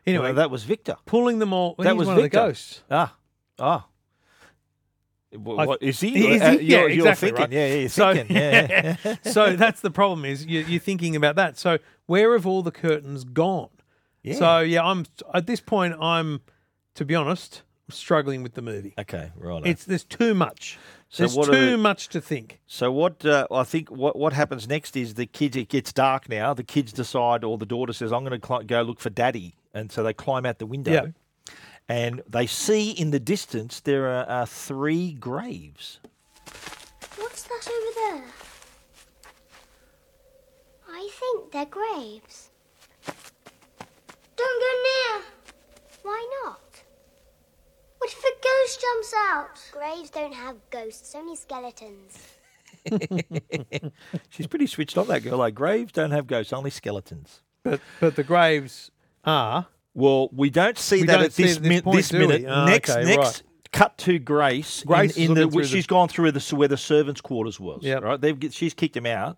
[SPEAKER 10] Well,
[SPEAKER 7] anyway,
[SPEAKER 10] that was Victor
[SPEAKER 7] pulling them all.
[SPEAKER 10] that
[SPEAKER 7] he's
[SPEAKER 10] was
[SPEAKER 7] one
[SPEAKER 10] Victor.
[SPEAKER 7] of the ghosts.
[SPEAKER 10] Ah, ah.
[SPEAKER 7] I-
[SPEAKER 10] What, what, is he?
[SPEAKER 7] Is
[SPEAKER 10] Uh,
[SPEAKER 7] he?
[SPEAKER 10] You're,
[SPEAKER 7] yeah,
[SPEAKER 10] you're
[SPEAKER 7] exactly,
[SPEAKER 10] thinking,
[SPEAKER 7] right.
[SPEAKER 10] yeah, yeah, you're
[SPEAKER 7] so,
[SPEAKER 10] thinking, yeah, yeah.
[SPEAKER 7] so that's the problem is you, you're thinking about that. So where have all the curtains gone?
[SPEAKER 10] Yeah.
[SPEAKER 7] So yeah, I'm at this point. I'm, to be honest, struggling with the movie.
[SPEAKER 10] Okay, right.
[SPEAKER 7] It's there's too much.
[SPEAKER 10] So
[SPEAKER 7] there's
[SPEAKER 10] what are
[SPEAKER 7] too
[SPEAKER 10] the-
[SPEAKER 7] much to think.
[SPEAKER 10] So what uh, I think what what happens next is the kids it gets dark now. The kids decide, or the daughter says, "I'm going to cl- go look for daddy," and so they climb out the window.
[SPEAKER 7] Yeah.
[SPEAKER 10] And they see in the distance there are uh, three graves.
[SPEAKER 6] What's that over there? I think they're graves. Don't go near! Why not? What if a ghost jumps out? Graves don't have ghosts, only skeletons.
[SPEAKER 10] She's pretty switched on that girl. Like graves don't have ghosts, only skeletons.
[SPEAKER 7] But but the graves are.
[SPEAKER 10] Well, we don't see
[SPEAKER 7] We
[SPEAKER 10] that
[SPEAKER 7] don't
[SPEAKER 10] at
[SPEAKER 7] see
[SPEAKER 10] this,
[SPEAKER 7] it at this
[SPEAKER 10] min-
[SPEAKER 7] point,
[SPEAKER 10] this
[SPEAKER 7] do we?
[SPEAKER 10] minute.
[SPEAKER 7] Ah,
[SPEAKER 10] next,
[SPEAKER 7] okay,
[SPEAKER 10] next
[SPEAKER 7] right.
[SPEAKER 10] cut to Grace.
[SPEAKER 7] Grace is
[SPEAKER 10] in, in the
[SPEAKER 7] looking through the-
[SPEAKER 10] she's gone through the where the servants' quarters was.
[SPEAKER 7] Yep.
[SPEAKER 10] right. They've get- she's kicked him out,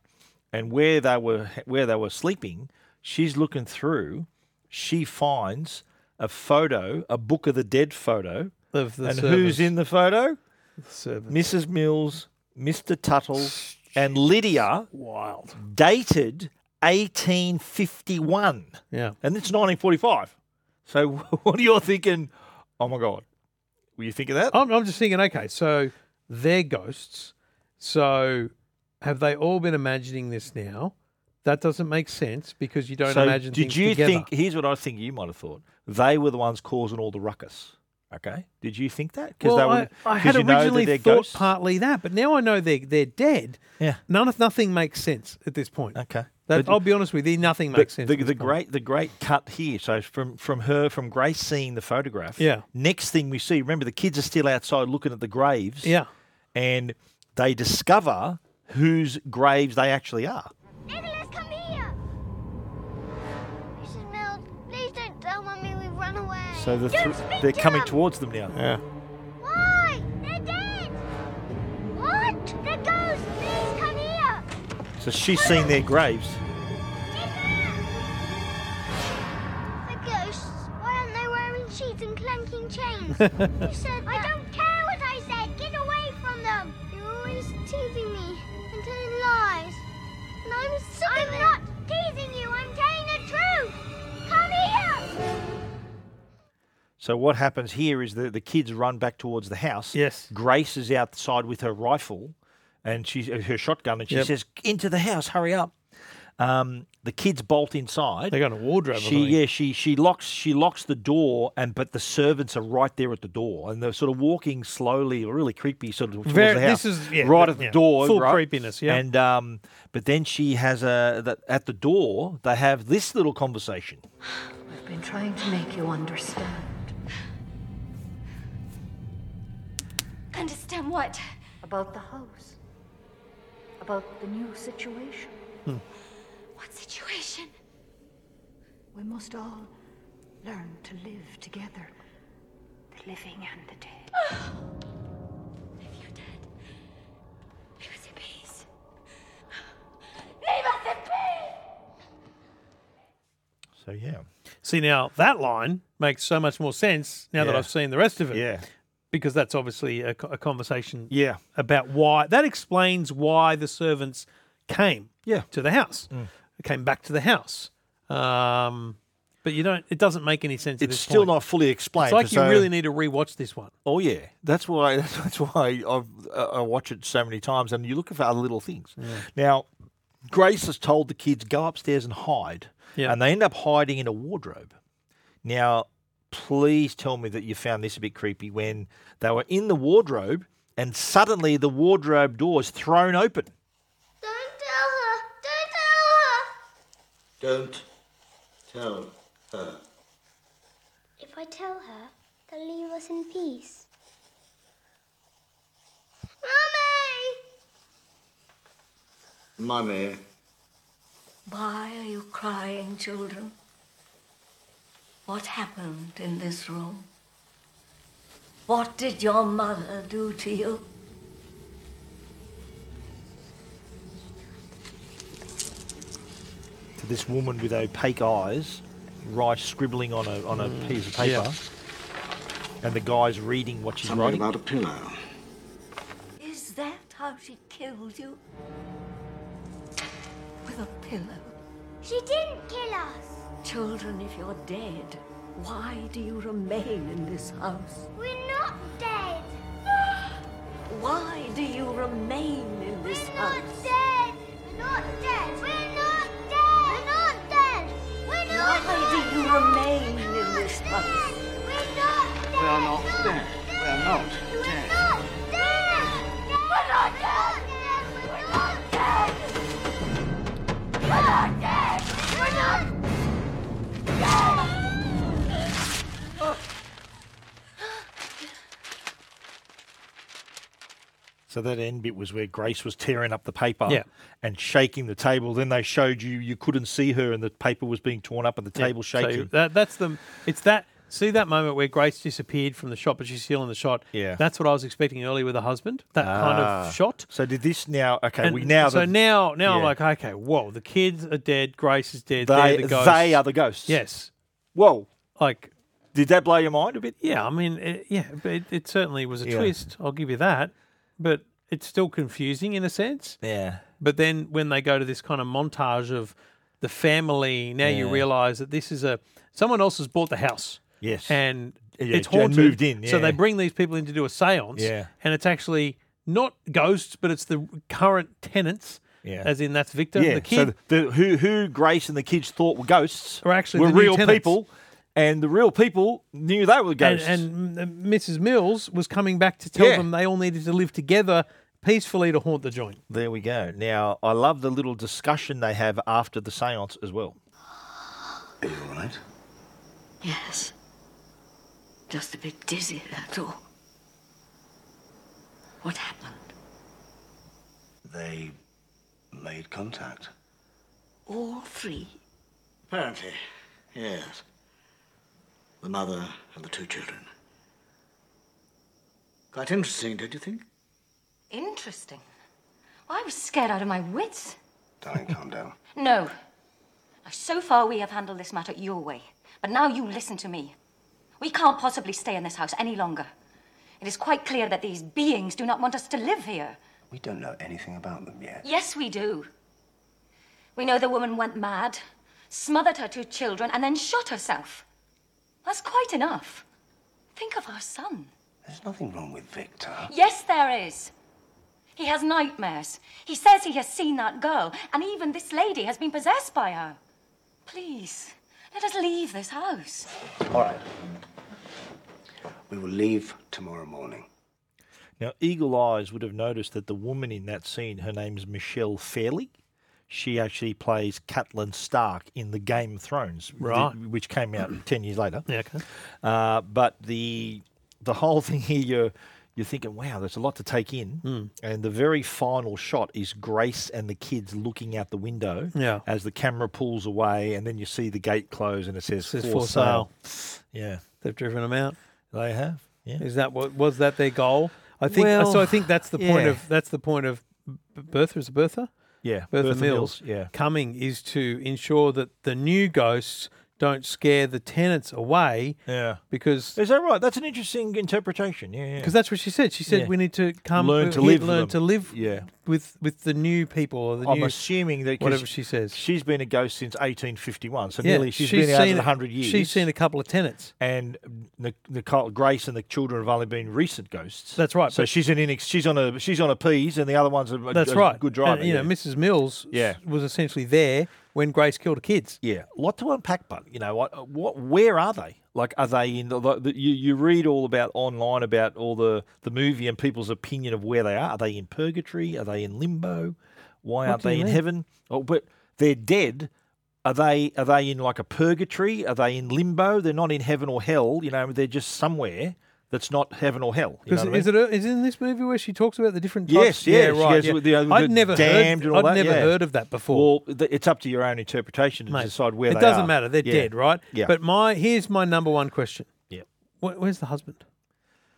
[SPEAKER 10] and where they were where they were sleeping, she's looking through. She finds a photo, a Book of the Dead photo
[SPEAKER 7] Of the
[SPEAKER 10] and
[SPEAKER 7] servants.
[SPEAKER 10] who's in the photo?
[SPEAKER 7] servants.
[SPEAKER 10] Mrs. Mills, Mr. Tuttle, and Lydia.
[SPEAKER 7] Wild.
[SPEAKER 10] Dated 1851.
[SPEAKER 7] Yeah.
[SPEAKER 10] And it's 1945. So what are you thinking? Oh my God. Were you thinking that?
[SPEAKER 7] I'm, I'm just thinking, okay, so they're ghosts. So have they all been imagining this now? That doesn't make sense because you don't
[SPEAKER 10] so
[SPEAKER 7] imagine
[SPEAKER 10] did
[SPEAKER 7] things
[SPEAKER 10] you
[SPEAKER 7] together.
[SPEAKER 10] think? Here's what I think you might have thought. They were the ones causing all the ruckus. Okay. Did you think that?
[SPEAKER 7] Well,
[SPEAKER 10] they
[SPEAKER 7] I, I
[SPEAKER 10] 'cause
[SPEAKER 7] had
[SPEAKER 10] you know that
[SPEAKER 7] originally
[SPEAKER 10] they're
[SPEAKER 7] thought
[SPEAKER 10] ghosts?
[SPEAKER 7] partly that, but now I know they're they're dead.
[SPEAKER 10] Yeah.
[SPEAKER 7] None of nothing makes sense at this point.
[SPEAKER 10] Okay.
[SPEAKER 7] That,
[SPEAKER 10] But-
[SPEAKER 7] I'll be honest with you, nothing
[SPEAKER 10] the,
[SPEAKER 7] makes sense.
[SPEAKER 10] the,
[SPEAKER 7] at this
[SPEAKER 10] the
[SPEAKER 7] point.
[SPEAKER 10] great the great cut here. So from from her from Grace seeing the photograph.
[SPEAKER 7] Yeah.
[SPEAKER 10] Next thing we see, remember the kids are still outside looking at the graves.
[SPEAKER 7] Yeah.
[SPEAKER 10] And they discover whose graves they actually are.
[SPEAKER 6] Nicholas, come here! Mrs. Mills, please don't tell Mummy we've run away.
[SPEAKER 10] So the
[SPEAKER 6] Don't
[SPEAKER 10] th-
[SPEAKER 6] speak
[SPEAKER 10] they're
[SPEAKER 6] to
[SPEAKER 10] coming
[SPEAKER 6] them.
[SPEAKER 10] towards them now. Yeah.
[SPEAKER 6] Why? They're dead! What? The ghost! Please come here!
[SPEAKER 10] So she's seeing their graves.
[SPEAKER 6] The ghosts? Why aren't they wearing sheets and clanking chains? you said I don't care what I said! Get away from them! You're always teasing me and telling lies. And I'm sick I'm not teasing you, I'm telling the truth! Come here!
[SPEAKER 10] So what happens here is the, the kids run back towards the house.
[SPEAKER 7] Yes.
[SPEAKER 10] Grace is outside with her rifle and she uh, her shotgun and she
[SPEAKER 7] Yep.
[SPEAKER 10] says, Into the house, hurry up. Um, the kids bolt inside.
[SPEAKER 7] They got a wardrobe or
[SPEAKER 10] She
[SPEAKER 7] something.
[SPEAKER 10] yeah, she she locks she locks the door and but the servants are right there at the door and they're sort of walking slowly, really creepy sort of towards
[SPEAKER 7] Very-
[SPEAKER 10] the house.
[SPEAKER 7] this is- yeah,
[SPEAKER 10] right at the
[SPEAKER 7] yeah,
[SPEAKER 10] door.
[SPEAKER 7] full
[SPEAKER 10] right?
[SPEAKER 7] creepiness, yeah.
[SPEAKER 10] And um, but then she has a that at the door they have this little conversation.
[SPEAKER 12] I've been trying to make you understand.
[SPEAKER 11] Understand what?
[SPEAKER 12] About the house. About the new situation.
[SPEAKER 11] What situation?
[SPEAKER 12] We must all learn to live together. The living and the dead.
[SPEAKER 11] If you're dead, leave us in peace. Leave us in peace!
[SPEAKER 10] So yeah.
[SPEAKER 7] See now that line makes so much more sense now that
[SPEAKER 10] Yeah.
[SPEAKER 7] I've seen the rest of it.
[SPEAKER 10] Yeah.
[SPEAKER 7] Because that's obviously a, co- a conversation.
[SPEAKER 10] Yeah.
[SPEAKER 7] About why that explains why the servants came.
[SPEAKER 10] Yeah. Mm.
[SPEAKER 7] To the house, came back to the house. Um, but you don't. It doesn't make any sense. at
[SPEAKER 10] It's
[SPEAKER 7] this
[SPEAKER 10] still
[SPEAKER 7] point.
[SPEAKER 10] not fully explained.
[SPEAKER 7] It's like you
[SPEAKER 10] so-
[SPEAKER 7] really need to rewatch this one.
[SPEAKER 10] Oh yeah, that's why. That's why I've, uh, I watch it so many times, and you're looking for other little things. Now, Grace has told the kids go upstairs and hide,
[SPEAKER 7] Yeah.
[SPEAKER 10] and they end up hiding in a wardrobe. Now, please tell me that you found this a bit creepy when they were in the wardrobe, and suddenly the wardrobe door is thrown open.
[SPEAKER 6] Don't tell her! Don't tell her!
[SPEAKER 13] Don't tell her.
[SPEAKER 6] If I tell her, they'll leave us in peace. Mummy!
[SPEAKER 13] Mummy,
[SPEAKER 14] Why are you crying, children? What happened in this room? What did your mother do to you?
[SPEAKER 10] To this woman with opaque eyes, right scribbling on a on a piece of
[SPEAKER 13] yeah.
[SPEAKER 10] paper, and the guy's reading what she's
[SPEAKER 13] something
[SPEAKER 10] writing.
[SPEAKER 13] about a pillow.
[SPEAKER 14] Is that how she killed you? With a pillow.
[SPEAKER 6] She didn't kill us!
[SPEAKER 14] Children, if you're dead, why do you remain in this house?
[SPEAKER 6] We're not dead.
[SPEAKER 14] Why do you remain in this
[SPEAKER 6] We're
[SPEAKER 14] house?
[SPEAKER 6] not dead. We're not dead. We're not dead. We're not dead. We're not
[SPEAKER 14] Why do you remain in this house?
[SPEAKER 6] We're not dead.
[SPEAKER 14] We are not dead.
[SPEAKER 4] We are not dead.
[SPEAKER 6] We're not dead. We're not dead. We're not dead. We're not
[SPEAKER 10] So that end bit was where Grace was tearing up the paper
[SPEAKER 7] Yeah.
[SPEAKER 10] and shaking the table. Then they showed you you couldn't see her and the paper was being torn up and the table
[SPEAKER 7] Yeah, so
[SPEAKER 10] shaking.
[SPEAKER 7] that, that's the. It's that. See that moment where Grace disappeared from the shot, but she's still in the shot.
[SPEAKER 10] Yeah.
[SPEAKER 7] that's what I was expecting earlier with her husband. That kind
[SPEAKER 10] Ah.
[SPEAKER 7] of shot.
[SPEAKER 10] So did this now? Okay,
[SPEAKER 7] And
[SPEAKER 10] we now.
[SPEAKER 7] So
[SPEAKER 10] the-
[SPEAKER 7] now, now I'm
[SPEAKER 10] Yeah.
[SPEAKER 7] like, okay, whoa, the kids are dead. Grace is dead.
[SPEAKER 10] They-
[SPEAKER 7] are the ghosts.
[SPEAKER 10] they are the ghosts.
[SPEAKER 7] Yes.
[SPEAKER 10] Whoa.
[SPEAKER 7] Like,
[SPEAKER 10] did that blow your mind a bit?
[SPEAKER 7] Yeah, I mean, it, yeah, but it, it certainly was a
[SPEAKER 10] Yeah.
[SPEAKER 7] twist. I'll give you that, but it's still confusing in a sense.
[SPEAKER 10] Yeah.
[SPEAKER 7] But then when they go to this kind of montage of the family, now you
[SPEAKER 10] Yeah.
[SPEAKER 7] realise that this is a someone else has bought the house.
[SPEAKER 10] Yes.
[SPEAKER 7] And
[SPEAKER 10] Yeah,
[SPEAKER 7] it's
[SPEAKER 10] and
[SPEAKER 7] haunted.
[SPEAKER 10] moved in,
[SPEAKER 7] So
[SPEAKER 10] yeah.
[SPEAKER 7] they bring these people in to do a séance.
[SPEAKER 10] Yeah.
[SPEAKER 7] And it's actually not ghosts, but it's the current tenants.
[SPEAKER 10] Yeah.
[SPEAKER 7] As in that's Victor,
[SPEAKER 10] yeah.
[SPEAKER 7] the kid.
[SPEAKER 10] So the, the- who who Grace and the kids thought were ghosts
[SPEAKER 7] Are actually
[SPEAKER 10] were
[SPEAKER 7] the new
[SPEAKER 10] real
[SPEAKER 7] tenants.
[SPEAKER 10] people, and the real people knew they were
[SPEAKER 7] and,
[SPEAKER 10] ghosts.
[SPEAKER 7] and m- Mrs. Mills was coming back to tell
[SPEAKER 10] Yeah.
[SPEAKER 7] them they all needed to live together peacefully to haunt the joint.
[SPEAKER 10] there we go. Now I love the little discussion they have after the séance as well.
[SPEAKER 4] Are you all right?
[SPEAKER 14] Yes. Just a bit dizzy, that's all. What happened?
[SPEAKER 4] They made contact.
[SPEAKER 14] All three.
[SPEAKER 13] Apparently, yes. The mother and the two children. Quite interesting, don't you think?
[SPEAKER 15] Interesting. I was scared out of my wits.
[SPEAKER 4] Darling, calm down.
[SPEAKER 15] No. So far, we have handled this matter your way. But now you listen to me. We can't possibly stay in this house any longer. It is quite clear that these beings do not want us to live here.
[SPEAKER 4] We don't know anything about them yet.
[SPEAKER 15] Yes, we do. We know the woman went mad, smothered her two children, and then shot herself. That's quite enough. Think of our son.
[SPEAKER 4] There's nothing wrong with Victor.
[SPEAKER 15] Yes, there is. He has nightmares. He says he has seen that girl, and even this lady has been possessed by her. Please, let us leave this house.
[SPEAKER 4] All right. We will leave tomorrow morning.
[SPEAKER 10] Now, eagle eyes would have noticed that the woman in that scene, her name's Michelle Fairley. She actually plays Catelyn Stark in the Game of Thrones, th-
[SPEAKER 7] Right.
[SPEAKER 10] which came out ten years later.
[SPEAKER 7] Yeah, okay.
[SPEAKER 10] Uh, but the the whole thing here, you're you're thinking, wow, there's a lot to take in.
[SPEAKER 7] Mm.
[SPEAKER 10] And the very final shot is Grace and the kids looking out the window
[SPEAKER 7] Yeah.
[SPEAKER 10] as the camera pulls away, and then you see the gate close, and it says,
[SPEAKER 7] Says
[SPEAKER 10] for,
[SPEAKER 7] for
[SPEAKER 10] sale.
[SPEAKER 7] sale.
[SPEAKER 10] Yeah,
[SPEAKER 7] They've driven them out.
[SPEAKER 10] They have. Yeah.
[SPEAKER 7] Is that what was that their goal? I think
[SPEAKER 10] Well,
[SPEAKER 7] so. I think that's the point
[SPEAKER 10] yeah.
[SPEAKER 7] of that's the point of B- Bertha is it Bertha.
[SPEAKER 10] Yeah,
[SPEAKER 7] Bertha,
[SPEAKER 10] Bertha Mills,
[SPEAKER 7] Mills.
[SPEAKER 10] yeah.
[SPEAKER 7] coming is to ensure that the new ghosts don't scare the tenants away.
[SPEAKER 10] Yeah,
[SPEAKER 7] because
[SPEAKER 10] is that right? That's an interesting interpretation. Yeah,
[SPEAKER 7] because that's what she said. She said
[SPEAKER 10] Yeah.
[SPEAKER 7] we need to come
[SPEAKER 10] Learn
[SPEAKER 7] we
[SPEAKER 10] to
[SPEAKER 7] need
[SPEAKER 10] live with
[SPEAKER 7] learn
[SPEAKER 10] them."
[SPEAKER 7] to live.
[SPEAKER 10] Yeah.
[SPEAKER 7] with with the new people or the
[SPEAKER 10] I'm
[SPEAKER 7] new
[SPEAKER 10] assuming that 'cause
[SPEAKER 7] whatever she says.
[SPEAKER 10] she's been a ghost since 1851, so
[SPEAKER 7] Yeah,
[SPEAKER 10] nearly she's
[SPEAKER 7] she's
[SPEAKER 10] been out
[SPEAKER 7] seen-
[SPEAKER 10] in 100 years.
[SPEAKER 7] she's seen a couple of tenants,
[SPEAKER 10] and Nic- Nicole Grace and the children have only been recent ghosts.
[SPEAKER 7] That's right,
[SPEAKER 10] So
[SPEAKER 7] but-
[SPEAKER 10] she's an inex- she's on a she's on a peas, and the other one's a, a-
[SPEAKER 7] That's
[SPEAKER 10] a
[SPEAKER 7] right.
[SPEAKER 10] good
[SPEAKER 7] And,
[SPEAKER 10] driver.
[SPEAKER 7] you know, Mrs. Mills
[SPEAKER 10] Yeah.
[SPEAKER 7] was essentially there when Grace killed her kids.
[SPEAKER 10] Yeah, a lot to unpack, but you know what? What? Where are they? Like, are they in the? the the- you, you read all about online about all the the movie and people's opinion of where they are. Are they in purgatory? Are they in limbo? Why
[SPEAKER 7] What
[SPEAKER 10] aren't
[SPEAKER 7] do
[SPEAKER 10] they
[SPEAKER 7] you
[SPEAKER 10] in
[SPEAKER 7] mean?
[SPEAKER 10] heaven? Oh, but they're dead. Are they? Are they in like a purgatory? Are they in limbo? They're not in heaven or hell. You know, they're just somewhere that's not heaven or hell. You know
[SPEAKER 7] Because
[SPEAKER 10] what I
[SPEAKER 7] is
[SPEAKER 10] mean?
[SPEAKER 7] it a- is it in this movie where she talks about the different
[SPEAKER 10] Yes,
[SPEAKER 7] types?
[SPEAKER 10] yeah, she goes
[SPEAKER 7] yeah.
[SPEAKER 10] with the- with
[SPEAKER 7] I'd
[SPEAKER 10] the
[SPEAKER 7] never
[SPEAKER 10] damned
[SPEAKER 7] heard,
[SPEAKER 10] and all
[SPEAKER 7] I'd
[SPEAKER 10] that,
[SPEAKER 7] never
[SPEAKER 10] yeah.
[SPEAKER 7] heard of that before.
[SPEAKER 10] Well, th- it's up to your own interpretation to
[SPEAKER 7] Mate,
[SPEAKER 10] decide where
[SPEAKER 7] it
[SPEAKER 10] they
[SPEAKER 7] doesn't
[SPEAKER 10] are.
[SPEAKER 7] matter. They're
[SPEAKER 10] Yeah.
[SPEAKER 7] dead, right?
[SPEAKER 10] Yeah.
[SPEAKER 7] But my here's my number one question.
[SPEAKER 10] Yeah.
[SPEAKER 7] Where, where's the husband?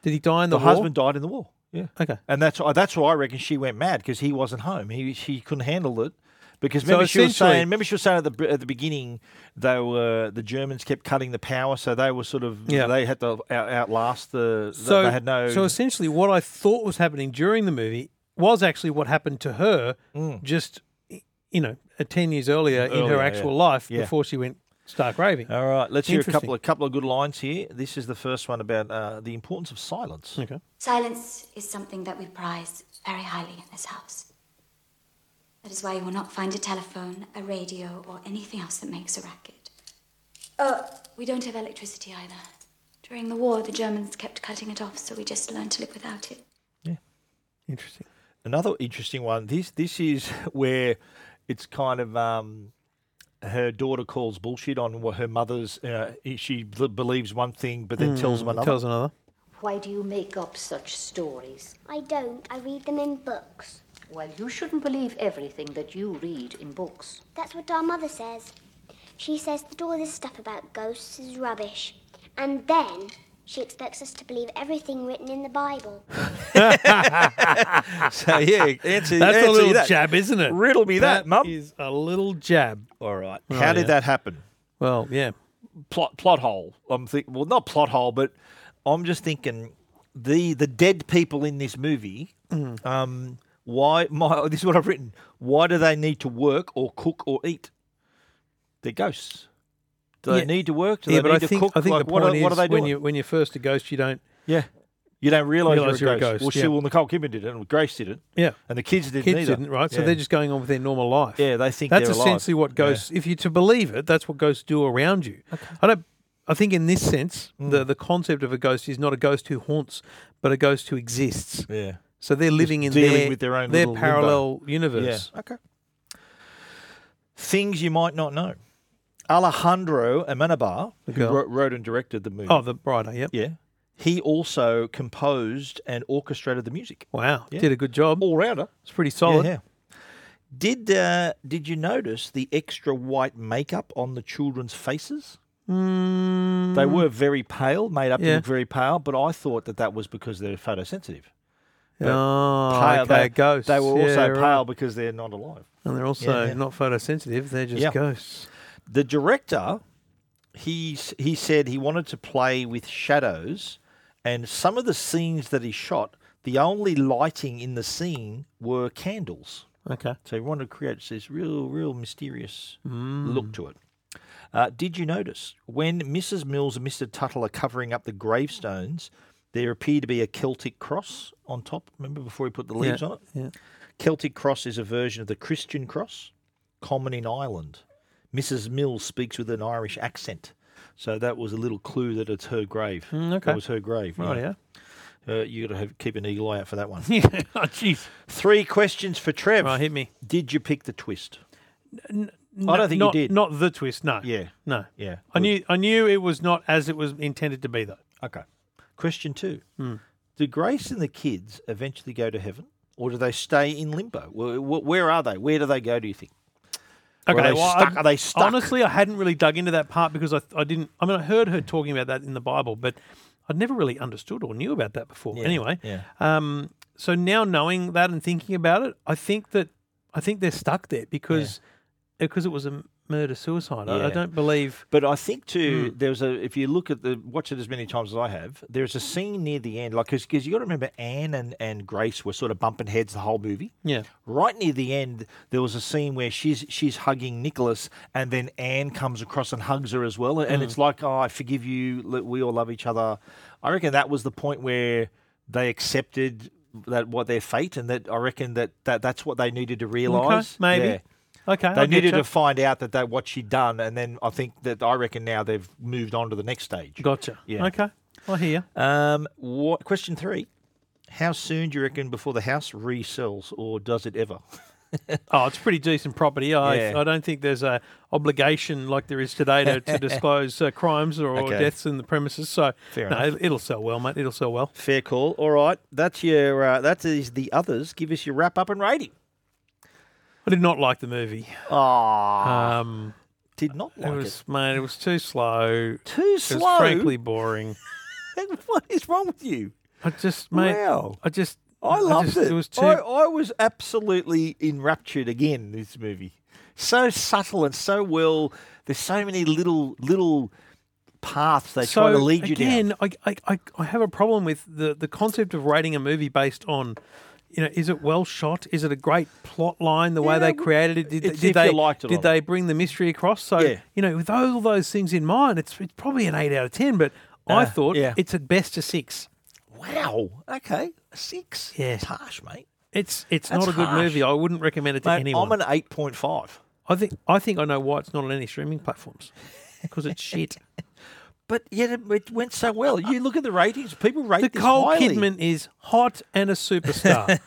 [SPEAKER 7] Did he die in
[SPEAKER 10] the
[SPEAKER 7] the, war?
[SPEAKER 10] husband died in the war. Yeah.
[SPEAKER 7] Okay.
[SPEAKER 10] And that's why that's why I reckon she went mad because he wasn't home. He she couldn't handle it because
[SPEAKER 7] So
[SPEAKER 10] remember she was
[SPEAKER 7] essentially-
[SPEAKER 10] saying remember she was saying at the at the beginning they were the Germans kept cutting the power so they were sort of
[SPEAKER 7] Yeah.
[SPEAKER 10] they had to out, outlast the
[SPEAKER 7] So
[SPEAKER 10] they had no
[SPEAKER 7] So essentially, what I thought was happening during the movie was actually what happened to her, just you know, uh, ten years earlier, in
[SPEAKER 10] Mm. Earlier,
[SPEAKER 7] her
[SPEAKER 10] yeah.
[SPEAKER 7] actual life
[SPEAKER 10] Yeah.
[SPEAKER 7] before she went Stark raving.
[SPEAKER 10] All right, let's hear a couple
[SPEAKER 7] Interesting.
[SPEAKER 10] of couple of good lines here. This is the first one about uh, the importance of silence.
[SPEAKER 7] Okay.
[SPEAKER 11] Silence is something that we prize very highly in this house. That is why you will not find a telephone, a radio, or anything else that makes a racket.
[SPEAKER 6] Uh,
[SPEAKER 11] Oh, we don't have electricity either. During the war, the Germans kept cutting it off, so we just learned to live without it.
[SPEAKER 7] Interesting.
[SPEAKER 10] Another interesting one. This this is where it's kind of um, her daughter calls bullshit on wha- her mother's. Uh, she b- believes one thing, but then tells them
[SPEAKER 7] Mm,
[SPEAKER 10] another.
[SPEAKER 7] tells another.
[SPEAKER 2] Why do you make up such stories?
[SPEAKER 6] I don't. I read them in books.
[SPEAKER 2] Well, you shouldn't believe everything that you read in books.
[SPEAKER 6] That's what our mother says. She says that all this stuff about ghosts is rubbish. And then she expects us to believe everything written in the Bible.
[SPEAKER 10] so yeah, answer,
[SPEAKER 7] That's
[SPEAKER 10] answer
[SPEAKER 7] a little
[SPEAKER 10] that.
[SPEAKER 7] jab, isn't it?
[SPEAKER 10] Riddle me that,
[SPEAKER 7] mum.
[SPEAKER 10] mum.
[SPEAKER 7] Is a little jab.
[SPEAKER 10] All right. How did that happen?
[SPEAKER 7] Well, yeah.
[SPEAKER 10] Oh, Plot plot hole. I'm think well, not plot hole, but I'm just thinking the the dead people in this movie.
[SPEAKER 7] Mm.
[SPEAKER 10] Um, why my this is what I've written. Why do they need to work or cook or eat? They're ghosts. Do they
[SPEAKER 7] Yeah.
[SPEAKER 10] need to work? Do
[SPEAKER 7] yeah,
[SPEAKER 10] they
[SPEAKER 7] but
[SPEAKER 10] need
[SPEAKER 7] I
[SPEAKER 10] to
[SPEAKER 7] think,
[SPEAKER 10] cook?
[SPEAKER 7] I think
[SPEAKER 10] Like,
[SPEAKER 7] the
[SPEAKER 10] what,
[SPEAKER 7] point
[SPEAKER 10] are, what are
[SPEAKER 7] is
[SPEAKER 10] they
[SPEAKER 7] when
[SPEAKER 10] doing?
[SPEAKER 7] you when you're first a ghost, you don't.
[SPEAKER 10] yeah, you don't realize,
[SPEAKER 7] Realise
[SPEAKER 10] you're, a ghost. Well,
[SPEAKER 7] yeah.
[SPEAKER 10] she, well, Nicole Kidman did it, and Grace did it.
[SPEAKER 7] Yeah.
[SPEAKER 10] and the kids didn't.
[SPEAKER 7] Kids
[SPEAKER 10] either.
[SPEAKER 7] didn't, right? So
[SPEAKER 10] Yeah.
[SPEAKER 7] they're just going on with their normal life.
[SPEAKER 10] Yeah, they think
[SPEAKER 7] that's
[SPEAKER 10] they're alive.
[SPEAKER 7] essentially what
[SPEAKER 10] Yeah.
[SPEAKER 7] ghosts. If you to believe it, that's what ghosts do around you. I don't. I think in this sense,
[SPEAKER 10] Hmm.
[SPEAKER 7] the the concept of a ghost is not a ghost who haunts, but a ghost who exists.
[SPEAKER 10] Yeah.
[SPEAKER 7] So they're
[SPEAKER 10] Just
[SPEAKER 7] living in
[SPEAKER 10] dealing
[SPEAKER 7] their
[SPEAKER 10] with their own
[SPEAKER 7] their
[SPEAKER 10] little limbo.
[SPEAKER 7] parallel universe.
[SPEAKER 10] Yeah. Okay. Things you might not know. Alejandro Amenabar,
[SPEAKER 7] The
[SPEAKER 10] who
[SPEAKER 7] girl.
[SPEAKER 10] wrote, wrote and directed the movie.
[SPEAKER 7] Oh, the writer. Yep.
[SPEAKER 10] yeah. He also composed and orchestrated the music.
[SPEAKER 7] Wow.
[SPEAKER 10] Yeah.
[SPEAKER 7] Did a good job.
[SPEAKER 10] All rounder.
[SPEAKER 7] It's pretty solid.
[SPEAKER 10] Yeah. Did uh, Did you notice the extra white makeup on the children's faces?
[SPEAKER 7] Mm,
[SPEAKER 10] They were very pale, made up to
[SPEAKER 7] Yeah.
[SPEAKER 10] look very pale, but I thought that that was because they're photosensitive. But
[SPEAKER 7] Oh, okay,
[SPEAKER 10] they,
[SPEAKER 7] ghosts.
[SPEAKER 10] They were
[SPEAKER 7] Yeah,
[SPEAKER 10] also
[SPEAKER 7] right.
[SPEAKER 10] pale because they're not alive.
[SPEAKER 7] and they're also
[SPEAKER 10] Yeah.
[SPEAKER 7] not photosensitive. They're just
[SPEAKER 10] Yeah.
[SPEAKER 7] ghosts.
[SPEAKER 10] The director, he s- he said he wanted to play with shadows, and some of the scenes that he shot, the only lighting in the scene were candles.
[SPEAKER 7] Okay.
[SPEAKER 10] So he wanted to create this real, real mysterious
[SPEAKER 7] Mm.
[SPEAKER 10] look to it. Uh, did you notice when Mrs. Mills and Mr. Tuttle are covering up the gravestones, there appear to be a Celtic cross on top? Remember before he put the
[SPEAKER 7] Yeah,
[SPEAKER 10] leaves on it?
[SPEAKER 7] yeah.
[SPEAKER 10] Celtic cross is a version of the Christian cross, common in Ireland. Mrs. Mills speaks with an Irish accent. So that was a little clue that it's her grave.
[SPEAKER 7] Mm, okay.
[SPEAKER 10] That was her grave.
[SPEAKER 7] Right, yeah.
[SPEAKER 10] Uh, you got to have, keep an eagle eye out for that one.
[SPEAKER 7] Yeah. oh, jeez.
[SPEAKER 10] Three questions for Trev.
[SPEAKER 7] Right, hit me.
[SPEAKER 10] Did you pick the twist?
[SPEAKER 7] N-
[SPEAKER 10] I don't think you
[SPEAKER 7] not,
[SPEAKER 10] did.
[SPEAKER 7] Not the twist. No.
[SPEAKER 10] Yeah.
[SPEAKER 7] No.
[SPEAKER 10] Yeah,
[SPEAKER 7] I knew. I knew it was not as it was intended to be, though.
[SPEAKER 10] Okay. Question two.
[SPEAKER 7] Hmm.
[SPEAKER 10] Do Grace and the kids eventually go to heaven, or do they stay in limbo? Where, where are they? Where do they go? Do you think? Or are they
[SPEAKER 7] well, I-
[SPEAKER 10] stuck? are they stuck?
[SPEAKER 7] Honestly, I hadn't really dug into that part because I, I didn't. I mean, I heard her talking about that in the Bible, but I'd never really understood or knew about that before.
[SPEAKER 10] Yeah,
[SPEAKER 7] Anyway,
[SPEAKER 10] yeah.
[SPEAKER 7] Um, so now knowing that and thinking about it, I think that I think they're stuck there because because it was a murder suicide. I, I
[SPEAKER 10] Yeah.
[SPEAKER 7] don't believe.
[SPEAKER 10] But I think too, there's a. If you look at the watch it as many times as I have, there's a scene near the end, like because you got to remember Anne and and Grace were sort of bumping heads the whole movie.
[SPEAKER 7] Yeah.
[SPEAKER 10] Right near the end, there was a scene where she's she's hugging Nicholas, and then Anne comes across and hugs her as well, and
[SPEAKER 7] Mm.
[SPEAKER 10] it's like, oh, I forgive you. l- We all love each other. I reckon that was the point where they accepted that what their fate, and that I reckon that, that that's what they needed to realize.
[SPEAKER 7] maybe. Okay, I
[SPEAKER 10] They
[SPEAKER 7] get
[SPEAKER 10] needed
[SPEAKER 7] ya.
[SPEAKER 10] to find out that they what she'd done, and then I think that I reckon now they've moved on to the next stage.
[SPEAKER 7] Gotcha.
[SPEAKER 10] Yeah.
[SPEAKER 7] Okay. I hear. ya.
[SPEAKER 10] Um, what question three? How soon do you reckon before the house resells, or does it ever?
[SPEAKER 7] Oh, it's pretty decent property. I,
[SPEAKER 10] Yeah.
[SPEAKER 7] I don't think there's a obligation like there is today to, to disclose uh, crimes or,
[SPEAKER 10] Okay.
[SPEAKER 7] deaths in the premises. So
[SPEAKER 10] Fair
[SPEAKER 7] no,
[SPEAKER 10] enough.
[SPEAKER 7] it- it'll sell well, mate. It'll sell well.
[SPEAKER 10] Fair call. All right, that's your uh, that is the others. Give us your wrap up and rating.
[SPEAKER 7] I did not like the movie.
[SPEAKER 10] Ah,
[SPEAKER 7] Um,
[SPEAKER 10] did not like
[SPEAKER 7] it
[SPEAKER 10] it.
[SPEAKER 7] was, mate. It was too slow.
[SPEAKER 10] Too
[SPEAKER 7] It
[SPEAKER 10] slow?
[SPEAKER 7] was frankly boring.
[SPEAKER 10] what is wrong with you?
[SPEAKER 7] I just, mate.
[SPEAKER 10] Wow.
[SPEAKER 7] I just.
[SPEAKER 10] I loved
[SPEAKER 7] just-
[SPEAKER 10] it.
[SPEAKER 7] It was too.
[SPEAKER 10] I, I was absolutely enraptured again. This movie, so subtle and so well. There's so many little little paths they try to lead you
[SPEAKER 7] again,
[SPEAKER 10] down.
[SPEAKER 7] I, I, I, I have a problem with the, the concept of rating a movie based on you know, is it well shot? Is it a great plot line? The way
[SPEAKER 10] Yeah,
[SPEAKER 7] they
[SPEAKER 10] w-
[SPEAKER 7] created it, did,
[SPEAKER 10] it's
[SPEAKER 7] did
[SPEAKER 10] if
[SPEAKER 7] they
[SPEAKER 10] you liked it or
[SPEAKER 7] did
[SPEAKER 10] not.
[SPEAKER 7] they bring the mystery across? So
[SPEAKER 10] Yeah.
[SPEAKER 7] you know, with all those things in mind, it's it's probably an eight out of ten. But I
[SPEAKER 10] Uh,
[SPEAKER 7] thought
[SPEAKER 10] yeah.
[SPEAKER 7] it's at best a six.
[SPEAKER 10] Wow. Okay. A six. Yeah. It's harsh, mate.
[SPEAKER 7] It's it's
[SPEAKER 10] That's
[SPEAKER 7] not a good
[SPEAKER 10] harsh.
[SPEAKER 7] movie. I wouldn't recommend it to
[SPEAKER 10] Mate,
[SPEAKER 7] anyone.
[SPEAKER 10] I'm an eight point five.
[SPEAKER 7] I think I think I know why it's not on any streaming platforms because it's shit.
[SPEAKER 10] But yet it, it went so well. You look at the ratings. People rate
[SPEAKER 7] The
[SPEAKER 10] this
[SPEAKER 7] Cole
[SPEAKER 10] highly.
[SPEAKER 7] Kidman is hot and a superstar.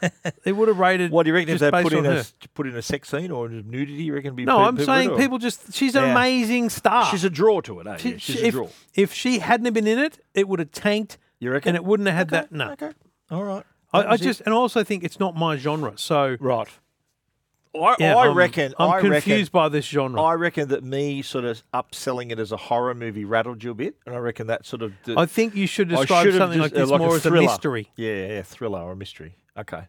[SPEAKER 7] they would have rated.
[SPEAKER 10] What do you reckon? If they
[SPEAKER 7] just based
[SPEAKER 10] put in
[SPEAKER 7] on
[SPEAKER 10] a
[SPEAKER 7] her.
[SPEAKER 10] s- put in a sex scene or nudity, you reckon it'd be
[SPEAKER 7] No,
[SPEAKER 10] pe-
[SPEAKER 7] I'm
[SPEAKER 10] people would,
[SPEAKER 7] saying
[SPEAKER 10] or-
[SPEAKER 7] people just. She's an
[SPEAKER 10] Yeah.
[SPEAKER 7] amazing star.
[SPEAKER 10] She's a draw to it. Eh?
[SPEAKER 7] She-
[SPEAKER 10] Yeah, she's
[SPEAKER 7] she-
[SPEAKER 10] a
[SPEAKER 7] if,
[SPEAKER 10] draw.
[SPEAKER 7] if she hadn't have been in it, it would have tanked.
[SPEAKER 10] You reckon?
[SPEAKER 7] And it wouldn't have had that. No.
[SPEAKER 10] Okay. All right. That
[SPEAKER 7] I, I
[SPEAKER 10] was it.
[SPEAKER 7] just and I also think it's not my genre. So
[SPEAKER 10] right. I,
[SPEAKER 7] Yeah,
[SPEAKER 10] I
[SPEAKER 7] I'm-
[SPEAKER 10] reckon.
[SPEAKER 7] I'm
[SPEAKER 10] I reckon-
[SPEAKER 7] confused by this genre.
[SPEAKER 10] I reckon that me sort of upselling it as a horror movie rattled you a bit, and I reckon that sort of. d-
[SPEAKER 7] I think you should
[SPEAKER 10] I
[SPEAKER 7] describe
[SPEAKER 10] should have
[SPEAKER 7] something like
[SPEAKER 10] uh,
[SPEAKER 7] this more as a
[SPEAKER 10] thriller.
[SPEAKER 7] mystery.
[SPEAKER 10] Yeah, yeah, yeah, thriller or a mystery. Okay,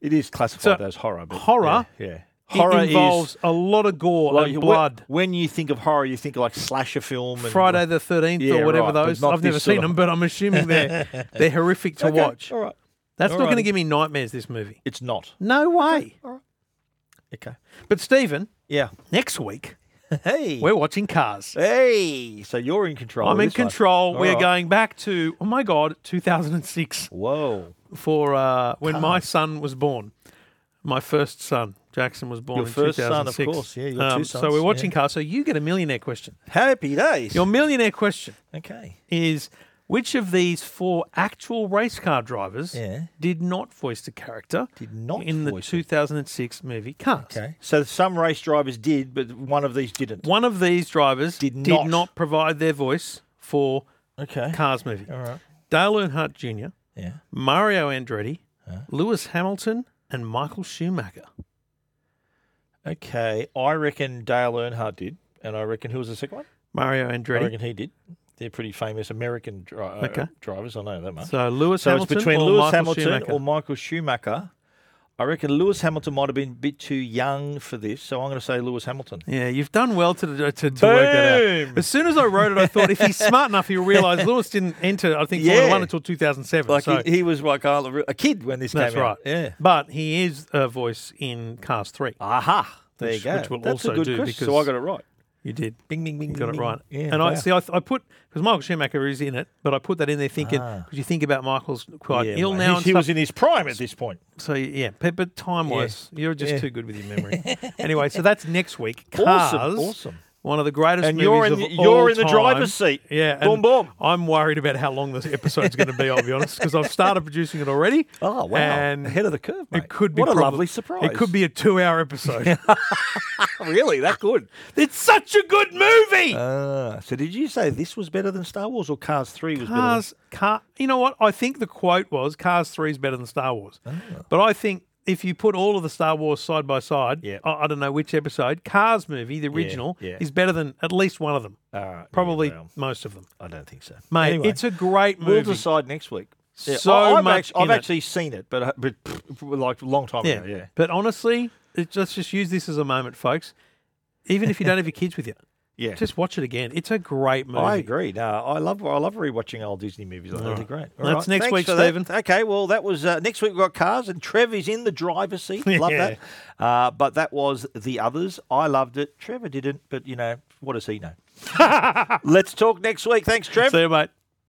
[SPEAKER 10] it is classified as horror. But
[SPEAKER 7] horror.
[SPEAKER 10] yeah, yeah.
[SPEAKER 7] it
[SPEAKER 10] horror
[SPEAKER 7] involves
[SPEAKER 10] is
[SPEAKER 7] a lot of gore
[SPEAKER 10] like,
[SPEAKER 7] and
[SPEAKER 10] wh-
[SPEAKER 7] blood.
[SPEAKER 10] When you think of horror, you think of like slasher film, and
[SPEAKER 7] Friday the Thirteenth
[SPEAKER 10] Yeah,
[SPEAKER 7] or whatever
[SPEAKER 10] right, but
[SPEAKER 7] those.
[SPEAKER 10] not
[SPEAKER 7] I've never
[SPEAKER 10] this sort
[SPEAKER 7] seen
[SPEAKER 10] of-
[SPEAKER 7] them, but I'm assuming they're they're horrific to
[SPEAKER 10] Okay,
[SPEAKER 7] watch.
[SPEAKER 10] All right,
[SPEAKER 7] That's
[SPEAKER 10] All
[SPEAKER 7] not going
[SPEAKER 10] righty.
[SPEAKER 7] to give me nightmares. This movie.
[SPEAKER 10] It's not.
[SPEAKER 7] No way.
[SPEAKER 10] Okay.
[SPEAKER 7] But Stephen,
[SPEAKER 10] Yeah.
[SPEAKER 7] next week
[SPEAKER 10] Hey.
[SPEAKER 7] we're watching Cars.
[SPEAKER 10] Hey. So you're in control. of
[SPEAKER 7] I'm in
[SPEAKER 10] this one.
[SPEAKER 7] control.
[SPEAKER 10] All
[SPEAKER 7] we are
[SPEAKER 10] right.
[SPEAKER 7] going back to oh my god, 2006.
[SPEAKER 10] Whoa!
[SPEAKER 7] For uh, when my son was born, my first son Jackson was born.
[SPEAKER 10] Your
[SPEAKER 7] in
[SPEAKER 10] first son, of
[SPEAKER 7] 2006.
[SPEAKER 10] course. Yeah, your two
[SPEAKER 7] Um, So
[SPEAKER 10] sons,
[SPEAKER 7] we're watching
[SPEAKER 10] yeah.
[SPEAKER 7] Cars. So you get a millionaire question.
[SPEAKER 10] Happy days.
[SPEAKER 7] Your millionaire question
[SPEAKER 10] Okay.
[SPEAKER 7] is which of these four actual race car drivers
[SPEAKER 10] Yeah.
[SPEAKER 7] did not voice the character? Did not in the 2006 movie Cars.
[SPEAKER 10] Okay. So some race drivers did, but one of these didn't.
[SPEAKER 7] One of these drivers did
[SPEAKER 10] not.
[SPEAKER 7] provide their voice for Cars movie.
[SPEAKER 10] All right.
[SPEAKER 7] Dale Earnhardt Jr.,
[SPEAKER 10] Yeah.
[SPEAKER 7] Mario Andretti, Lewis Hamilton, and Michael Schumacher.
[SPEAKER 10] Okay, I reckon Dale Earnhardt did, and I reckon who was the second one?
[SPEAKER 7] Mario Andretti.
[SPEAKER 10] I reckon he did. They're pretty famous American dri- uh,
[SPEAKER 7] Okay.
[SPEAKER 10] drivers. I know that much.
[SPEAKER 7] So Lewis
[SPEAKER 10] so
[SPEAKER 7] Hamilton
[SPEAKER 10] it's between
[SPEAKER 7] or
[SPEAKER 10] Lewis
[SPEAKER 7] Michael
[SPEAKER 10] Hamilton
[SPEAKER 7] Schumacher?
[SPEAKER 10] or Michael Schumacher. I reckon Lewis Hamilton might have been a bit too young for this, so I'm going to say Lewis Hamilton.
[SPEAKER 7] Yeah, you've done well to, to, to work that
[SPEAKER 10] Boom!
[SPEAKER 7] out. As soon as I wrote it, I thought if he's smart enough, he'll realise Lewis didn't enter, I think, Formula
[SPEAKER 10] Yeah.
[SPEAKER 7] 1 until 2007.
[SPEAKER 10] Like
[SPEAKER 7] so
[SPEAKER 10] he, he was like a a kid when this
[SPEAKER 7] that's
[SPEAKER 10] came
[SPEAKER 7] right.
[SPEAKER 10] out. Yeah. Ah,
[SPEAKER 7] But he is a voice in Cars 3.
[SPEAKER 10] Aha. There
[SPEAKER 7] which,
[SPEAKER 10] you go.
[SPEAKER 7] Which will
[SPEAKER 10] That's
[SPEAKER 7] also
[SPEAKER 10] a good
[SPEAKER 7] do
[SPEAKER 10] question.
[SPEAKER 7] because
[SPEAKER 10] so I got it right.
[SPEAKER 7] You did.
[SPEAKER 10] Bing, bing, bing.
[SPEAKER 7] You got
[SPEAKER 10] bing,
[SPEAKER 7] it right.
[SPEAKER 10] bing. Yeah,
[SPEAKER 7] and I
[SPEAKER 10] wow.
[SPEAKER 7] see. I, th- I put because Michael Schumacher is in it, but I put that in there thinking because
[SPEAKER 10] Ah.
[SPEAKER 7] you think about Michael's quite
[SPEAKER 10] Yeah,
[SPEAKER 7] ill
[SPEAKER 10] mate.
[SPEAKER 7] now.
[SPEAKER 10] He-
[SPEAKER 7] and
[SPEAKER 10] he was
[SPEAKER 7] stuff.
[SPEAKER 10] in his prime at this point.
[SPEAKER 7] So yeah, but, but time wise,
[SPEAKER 10] Yeah.
[SPEAKER 7] you're just
[SPEAKER 10] Yeah.
[SPEAKER 7] too good with your memory. anyway, so that's next week. Cars,
[SPEAKER 10] Awesome, awesome.
[SPEAKER 7] One of the greatest
[SPEAKER 10] And
[SPEAKER 7] movies
[SPEAKER 10] you're in
[SPEAKER 7] of
[SPEAKER 10] the-
[SPEAKER 7] all
[SPEAKER 10] you're in the
[SPEAKER 7] time.
[SPEAKER 10] driver's seat.
[SPEAKER 7] Yeah,
[SPEAKER 10] Boom,
[SPEAKER 7] and I'm worried about how long this episode's going to be. I'll be honest, because I've started producing it already.
[SPEAKER 10] Oh wow!
[SPEAKER 7] And
[SPEAKER 10] Ahead of the curve, mate.
[SPEAKER 7] it could be
[SPEAKER 10] what a
[SPEAKER 7] prob-
[SPEAKER 10] lovely surprise.
[SPEAKER 7] It could be a two-hour episode.
[SPEAKER 10] really that good.
[SPEAKER 7] it's such a good movie.
[SPEAKER 10] Ah, so did you say this was better than Star Wars or Cars Three was
[SPEAKER 7] Cars, car. You know what? I think the quote was "Cars Three is better than Star Wars,"
[SPEAKER 10] Ah.
[SPEAKER 7] but I think if you put all of the Star Wars side by side, I, I don't know which episode, Cars movie, the original,
[SPEAKER 10] yeah.
[SPEAKER 7] is better than at least one of them.
[SPEAKER 10] better than? Uh,
[SPEAKER 7] Probably most of them.
[SPEAKER 10] I don't think so,
[SPEAKER 7] Mate,
[SPEAKER 10] Anyway,
[SPEAKER 7] it's a great
[SPEAKER 10] We'll
[SPEAKER 7] movie.
[SPEAKER 10] decide next week. Yeah,
[SPEAKER 7] So
[SPEAKER 10] I- I've,
[SPEAKER 7] much
[SPEAKER 10] act- I've
[SPEAKER 7] in it.
[SPEAKER 10] actually seen it, but uh, but like a long time
[SPEAKER 7] yeah.
[SPEAKER 10] ago. Yeah.
[SPEAKER 7] But honestly, it, let's just use this as a moment, folks. Even if you don't have your kids with you,
[SPEAKER 10] Yeah.
[SPEAKER 7] just watch it again. It's a great movie.
[SPEAKER 10] I agree. No, I love I love rewatching old Disney movies. I think they're great. All
[SPEAKER 7] That's
[SPEAKER 10] right,
[SPEAKER 7] next
[SPEAKER 10] thanks
[SPEAKER 7] week,
[SPEAKER 10] for that.
[SPEAKER 7] Stephen.
[SPEAKER 10] Okay, well that was uh, next week. We've got cars and Trev is in the driver's seat. Love
[SPEAKER 7] Yeah.
[SPEAKER 10] that. Uh, but that was the others. I loved it. Trevor didn't, but you know what does he know? Let's talk next week. Thanks, Trev.
[SPEAKER 7] See you, mate.